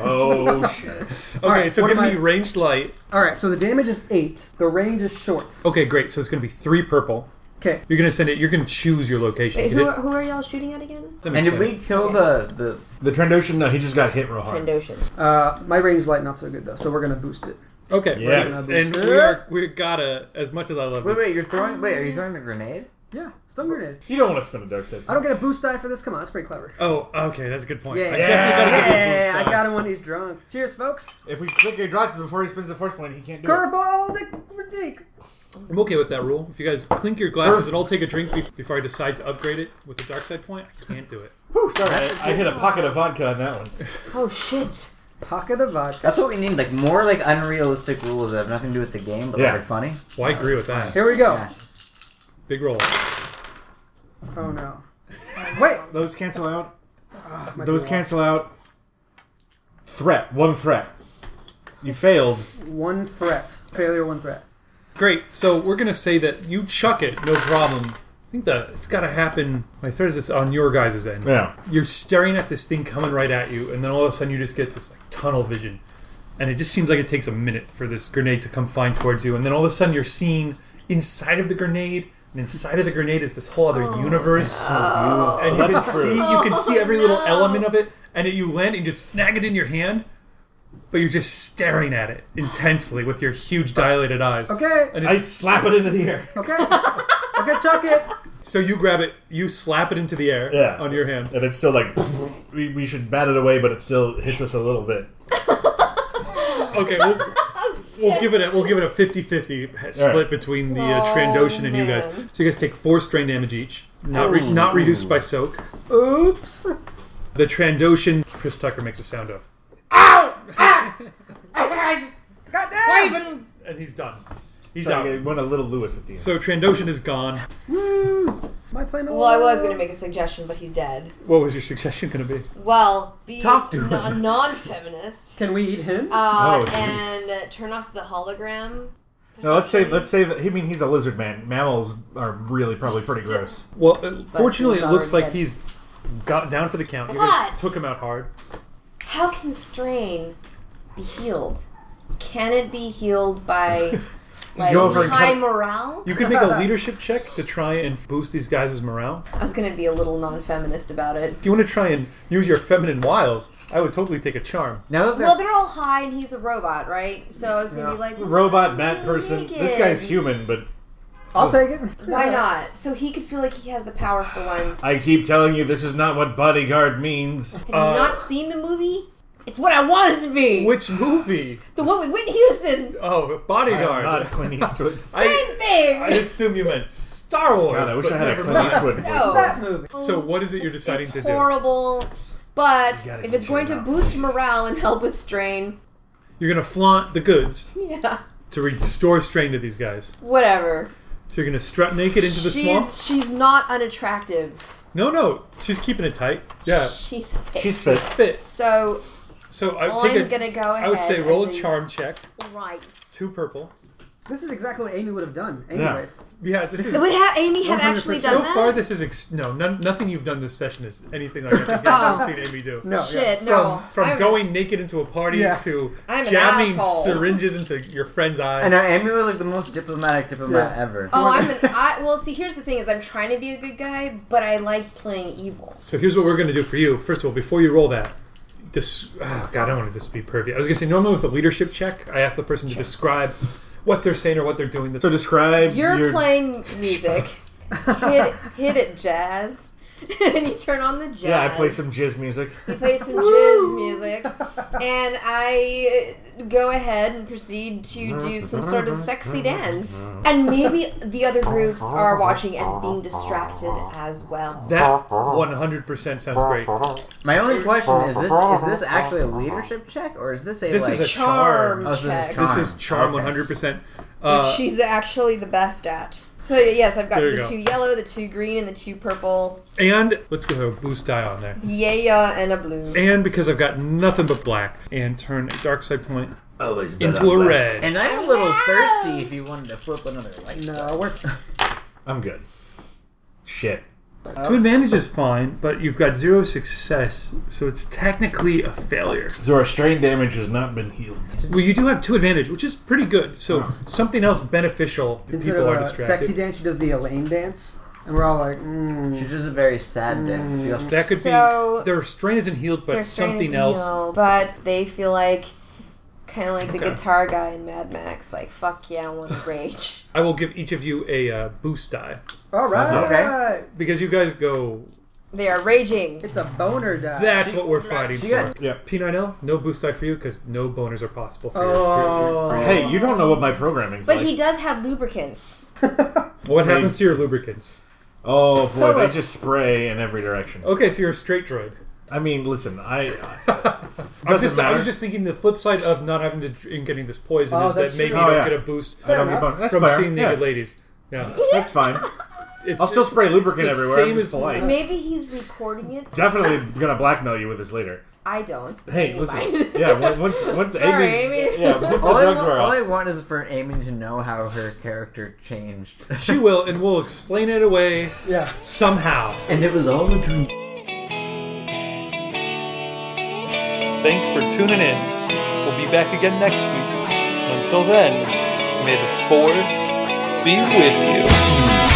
Speaker 1: Oh shit!
Speaker 2: okay,
Speaker 3: right,
Speaker 2: so
Speaker 3: what
Speaker 2: give
Speaker 3: am
Speaker 2: me
Speaker 3: I-
Speaker 2: ranged light.
Speaker 3: All right, so the damage is eight. The range is short.
Speaker 2: Okay, great. So it's going to be three purple.
Speaker 3: Okay.
Speaker 2: You're going to send it. You're going to choose your location.
Speaker 4: Wait,
Speaker 2: You
Speaker 4: who,
Speaker 2: did-
Speaker 4: are, who are y'all shooting at again?
Speaker 2: that
Speaker 6: And
Speaker 2: makes
Speaker 6: did
Speaker 2: sense.
Speaker 6: we kill the the?
Speaker 1: The Trandoshan, no, he just got hit real hard.
Speaker 4: Trandoshan.
Speaker 3: Uh, my range light not so good though, so we're gonna boost it.
Speaker 2: Okay,
Speaker 1: Yes.
Speaker 2: so- and we are we gotta as much as I love
Speaker 6: Wait,
Speaker 2: this.
Speaker 6: wait, you're throwing. Wait, are you throwing a grenade?
Speaker 3: Yeah, stun grenade.
Speaker 1: You don't want to spin a dark side.
Speaker 3: I don't get a boost die for this. Come on, that's pretty clever.
Speaker 2: Oh, okay, that's a good point.
Speaker 3: Yeah,
Speaker 2: I
Speaker 3: yeah,
Speaker 2: definitely gotta give him a
Speaker 3: yeah,
Speaker 2: boost
Speaker 3: I
Speaker 2: now.
Speaker 3: got him when he's drunk. Cheers, folks.
Speaker 1: If we click your drops before he spins the force point, he can't do it.
Speaker 3: Curveball the boutique.
Speaker 2: I'm okay with that rule. If you guys clink your glasses and I'll take a drink be- before I decide to upgrade it with the dark side point, I can't do it.
Speaker 1: Whew, sorry, I, I hit a pocket of vodka on that one.
Speaker 4: Oh shit.
Speaker 3: Pocket of vodka.
Speaker 6: That's what we need. Like more like unrealistic rules that have nothing to do with the game, but
Speaker 1: Yeah.
Speaker 6: that are funny.
Speaker 2: Well, I agree with that.
Speaker 3: Here we go.
Speaker 2: Big roll.
Speaker 3: Oh no. Wait.
Speaker 1: Those cancel out.
Speaker 3: my
Speaker 1: Those
Speaker 3: God.
Speaker 1: cancel out. Threat. One threat. You failed.
Speaker 3: One threat. Failure. One threat.
Speaker 2: Great. So we're gonna say that you chuck it, no problem. I think that it's gotta happen. My threat is this on your guys' end.
Speaker 1: Yeah.
Speaker 2: You're staring at this thing coming right at you, and then all of a sudden you just get this like tunnel vision, and it just seems like it takes a minute for this grenade to come flying towards you, and then all of a sudden you're seeing inside of the grenade. And inside of the grenade is this whole other universe, and you can
Speaker 1: That's true.
Speaker 2: see you can see every
Speaker 4: no.
Speaker 2: little element of it, and it, you land and you just snag it in your hand, but you're just staring at it intensely with your huge dilated eyes.
Speaker 3: Okay.
Speaker 2: And
Speaker 1: I
Speaker 2: it's,
Speaker 1: slap it into the air.
Speaker 3: Okay. okay. Chuck it.
Speaker 2: so you grab it, you slap it into the air
Speaker 1: Yeah.
Speaker 2: on your hand.
Speaker 1: And it's still like, we, we should bat it away, but it still hits us a little bit.
Speaker 2: Okay, we'll,
Speaker 4: Oh,
Speaker 2: we'll give it a we'll give it a 50-50 split
Speaker 1: Alright.
Speaker 2: between the uh,
Speaker 4: Oh,
Speaker 2: Trandoshan and you guys.
Speaker 4: man.
Speaker 2: So you guys take four strain damages, each, not re- not reduced by soak.
Speaker 3: Oops.
Speaker 2: The Trandoshan, Chris Tucker makes a sound of, Ah!
Speaker 5: Why even?
Speaker 2: and he's done. He's
Speaker 1: So
Speaker 2: out.
Speaker 1: I went a little Lewis at the end.
Speaker 2: So Trandoshan is gone.
Speaker 3: Woo. My plan.
Speaker 4: Well, I was gonna make a suggestion, but he's dead.
Speaker 2: What was your suggestion going to be?
Speaker 4: Well, be
Speaker 6: Talk to
Speaker 4: a
Speaker 6: him.
Speaker 4: non-feminist
Speaker 3: Can we eat him?
Speaker 4: uh,
Speaker 1: Oh, jeez.
Speaker 4: and uh, turn off the hologram.
Speaker 1: No, let's say let's say that. I mean, he's a lizard man. Mammals are really probably pretty
Speaker 4: Still-
Speaker 1: gross.
Speaker 2: Well, uh, fortunately,
Speaker 4: he's
Speaker 2: it looks
Speaker 4: already
Speaker 2: like
Speaker 4: dead.
Speaker 2: he's got down for the count. You
Speaker 4: What?
Speaker 2: guys took him out hard.
Speaker 4: How can strain be healed? Can it be healed by like,
Speaker 1: go over and
Speaker 4: high
Speaker 1: cut-
Speaker 4: morale?
Speaker 2: You could make a leadership check to try and boost these guys' morale.
Speaker 4: I was gonna be a little non-feminist about it.
Speaker 2: If you want to try and use your feminine wiles, I would totally take a charm.
Speaker 6: Now that
Speaker 4: Well,
Speaker 6: they're
Speaker 4: they're all high, and he's a robot, right? So I was gonna be like,
Speaker 1: Robot, bat
Speaker 4: "You're
Speaker 1: person. This
Speaker 4: naked."
Speaker 1: guy's human, but
Speaker 3: I'll take it.
Speaker 4: Why not? So he could feel like he has the power for once.
Speaker 1: I keep telling you this is not what bodyguard means.
Speaker 4: Have you not seen the movie? It's what I want it to be.
Speaker 2: Which movie?
Speaker 4: the one with Whitney Houston.
Speaker 2: Oh,
Speaker 1: I'm
Speaker 2: Bodyguard.
Speaker 1: not Clint Eastwood.
Speaker 2: I,
Speaker 4: Same thing.
Speaker 2: I assume you meant Star Wars.
Speaker 1: God, I wish
Speaker 2: but
Speaker 1: I had a
Speaker 2: never
Speaker 1: Clint
Speaker 2: mind.
Speaker 1: Eastwood voice.
Speaker 4: No.
Speaker 3: That movie.
Speaker 2: So what is it you're deciding
Speaker 4: it's
Speaker 2: to
Speaker 4: horrible. But
Speaker 1: You gotta
Speaker 4: if it's
Speaker 1: get
Speaker 4: going
Speaker 1: your
Speaker 4: to
Speaker 1: mouth.
Speaker 4: boost morale and help with strain,
Speaker 2: do? You're gonna flaunt the goods
Speaker 4: yeah,
Speaker 2: to restore strain to these guys.
Speaker 4: whatever.
Speaker 2: So you're gonna strut naked into the
Speaker 4: she's
Speaker 2: swamp.
Speaker 4: she's not unattractive.
Speaker 2: No, no, she's keeping it tight. Yeah,
Speaker 4: She's fit.
Speaker 1: She's fit.
Speaker 2: fits.
Speaker 4: so
Speaker 2: So I would
Speaker 4: I'm
Speaker 2: take a-
Speaker 4: gonna go
Speaker 2: I would say
Speaker 4: ahead
Speaker 2: roll a
Speaker 4: and-
Speaker 2: charm check.
Speaker 4: right.
Speaker 2: Two purple.
Speaker 3: This is exactly what Amy would have done,
Speaker 1: Yeah.
Speaker 3: anyways.
Speaker 2: Yeah, this is
Speaker 4: Would have Amy have actually
Speaker 3: 100%.
Speaker 4: done
Speaker 2: so
Speaker 4: that?
Speaker 2: far. This is ex- no, none, nothing you've done this session is anything like anything I've seen Amy do.
Speaker 3: No, yeah.
Speaker 4: Shit, no.
Speaker 2: From, from
Speaker 4: I'm-
Speaker 2: going naked into a party
Speaker 3: Yeah.
Speaker 2: to
Speaker 4: I'm an
Speaker 2: jamming
Speaker 4: asshole.
Speaker 2: syringes into your friend's eyes.
Speaker 6: I know Amy was like the most diplomatic diplomat
Speaker 3: Yeah.
Speaker 6: ever.
Speaker 4: Oh, I'm an. I, well, see, here's the thing: is I'm trying to be a good guy, but I like playing evil.
Speaker 2: So here's what we're going to do for you. First of all, before you roll that, dis- oh God, I don't want this to be pervy. I was going to say normally with a leadership check, I ask the person to describe what they're saying or what they're doing. That's
Speaker 1: So describe
Speaker 4: You're
Speaker 1: your
Speaker 4: playing music. hit, hit it jazz, and you turn on the jazz.
Speaker 1: Yeah, I play some jizz music.
Speaker 4: You play some jazz music, and I go ahead and proceed to do some sort of sexy dance. And maybe the other groups are watching and being distracted as well.
Speaker 2: that
Speaker 6: Uh-huh.
Speaker 2: 100% sounds great.
Speaker 6: My only question is this: is this actually a leadership check, or is this a
Speaker 2: This
Speaker 6: like?
Speaker 2: is a
Speaker 4: Charm
Speaker 2: charm.
Speaker 6: Oh, so this
Speaker 4: check.
Speaker 6: is
Speaker 2: This is charm
Speaker 6: Okay.
Speaker 2: 100%. Uh,
Speaker 4: She's actually the best at. So yes, I've got
Speaker 2: There you
Speaker 4: the
Speaker 2: go.
Speaker 4: two yellow, the two green, and the two purple.
Speaker 2: and let's go a boost die on there.
Speaker 4: Yeah, and a blue.
Speaker 2: And because I've got nothing but black, and turn a dark side point
Speaker 1: Always
Speaker 2: into a red.
Speaker 6: and I'm a little thirsty. If you wanted to flip another light,
Speaker 3: No, we're
Speaker 1: I'm good. Shit.
Speaker 2: Two advantage is fine, but you've got zero success, so it's technically a failure.
Speaker 1: So our strain damage has not been healed.
Speaker 2: Well, you do have two advantage, which is pretty good. So something else beneficial. if
Speaker 3: instead
Speaker 2: people
Speaker 3: of
Speaker 2: are
Speaker 3: a
Speaker 2: distracted.
Speaker 3: sexy dance, she does the Elaine dance, and we're all like, mm.
Speaker 6: she does a very sad dance. We all-
Speaker 2: that could
Speaker 4: So-
Speaker 2: be their strain isn't healed, but
Speaker 4: Their strain
Speaker 2: something
Speaker 4: is
Speaker 2: else.
Speaker 4: healed, But they feel like kind of like the guitar guy in Mad Max. Like fuck yeah, I want to rage.
Speaker 2: I will give each of you a uh, boost die
Speaker 3: all right,
Speaker 6: Okay.
Speaker 2: because you guys go.
Speaker 4: They are raging.
Speaker 3: it's a boner die.
Speaker 2: That's what we're fighting
Speaker 6: she
Speaker 2: for.
Speaker 6: got-
Speaker 1: Yeah.
Speaker 2: P9L, no boost die for you because no boners are possible for
Speaker 3: Oh.
Speaker 2: you.
Speaker 1: Hey, you don't know what my programming's
Speaker 4: But
Speaker 1: like.
Speaker 4: he does have lubricants.
Speaker 2: What happens to your lubricants?
Speaker 1: oh boy,
Speaker 3: Tell
Speaker 1: they
Speaker 3: us.
Speaker 1: just spray in every direction.
Speaker 2: Okay, so you're a straight droid.
Speaker 1: I mean, listen, I.
Speaker 2: I'm
Speaker 1: doesn't
Speaker 2: just, I
Speaker 1: matter.
Speaker 2: was just thinking the flip side of not having to drink and getting this poison
Speaker 3: Oh,
Speaker 2: is that
Speaker 3: that's
Speaker 2: maybe
Speaker 3: true.
Speaker 2: you
Speaker 1: Oh,
Speaker 2: don't
Speaker 1: yeah.
Speaker 2: get a boost
Speaker 1: I don't get
Speaker 3: enough.
Speaker 1: bonus. That's
Speaker 2: from
Speaker 1: fair.
Speaker 2: seeing
Speaker 1: yeah,
Speaker 2: naked ladies. Yeah,
Speaker 1: That's fine.
Speaker 2: It's
Speaker 1: I'll still
Speaker 2: just-
Speaker 1: spray lubricant
Speaker 2: it's the
Speaker 1: everywhere. I'm
Speaker 2: same
Speaker 1: just
Speaker 2: as-
Speaker 1: polite.
Speaker 4: Maybe he's recording it.
Speaker 1: Definitely gonna blackmail you with this later.
Speaker 4: I don't.
Speaker 1: Hey,
Speaker 4: Never
Speaker 1: listen.
Speaker 4: mind.
Speaker 1: Yeah, on- once once
Speaker 4: Sorry,
Speaker 1: Amy,
Speaker 4: Amy.
Speaker 1: yeah, once the
Speaker 6: All I,
Speaker 1: drugs
Speaker 6: want,
Speaker 1: were
Speaker 6: all I
Speaker 1: off.
Speaker 6: want is for Amy to know how her character changed.
Speaker 2: She will, and we'll explain it away
Speaker 3: Yeah.
Speaker 2: somehow.
Speaker 6: and it was all a dream.
Speaker 2: Thanks for tuning in. We'll be back again next week. Until then, may the force be with you.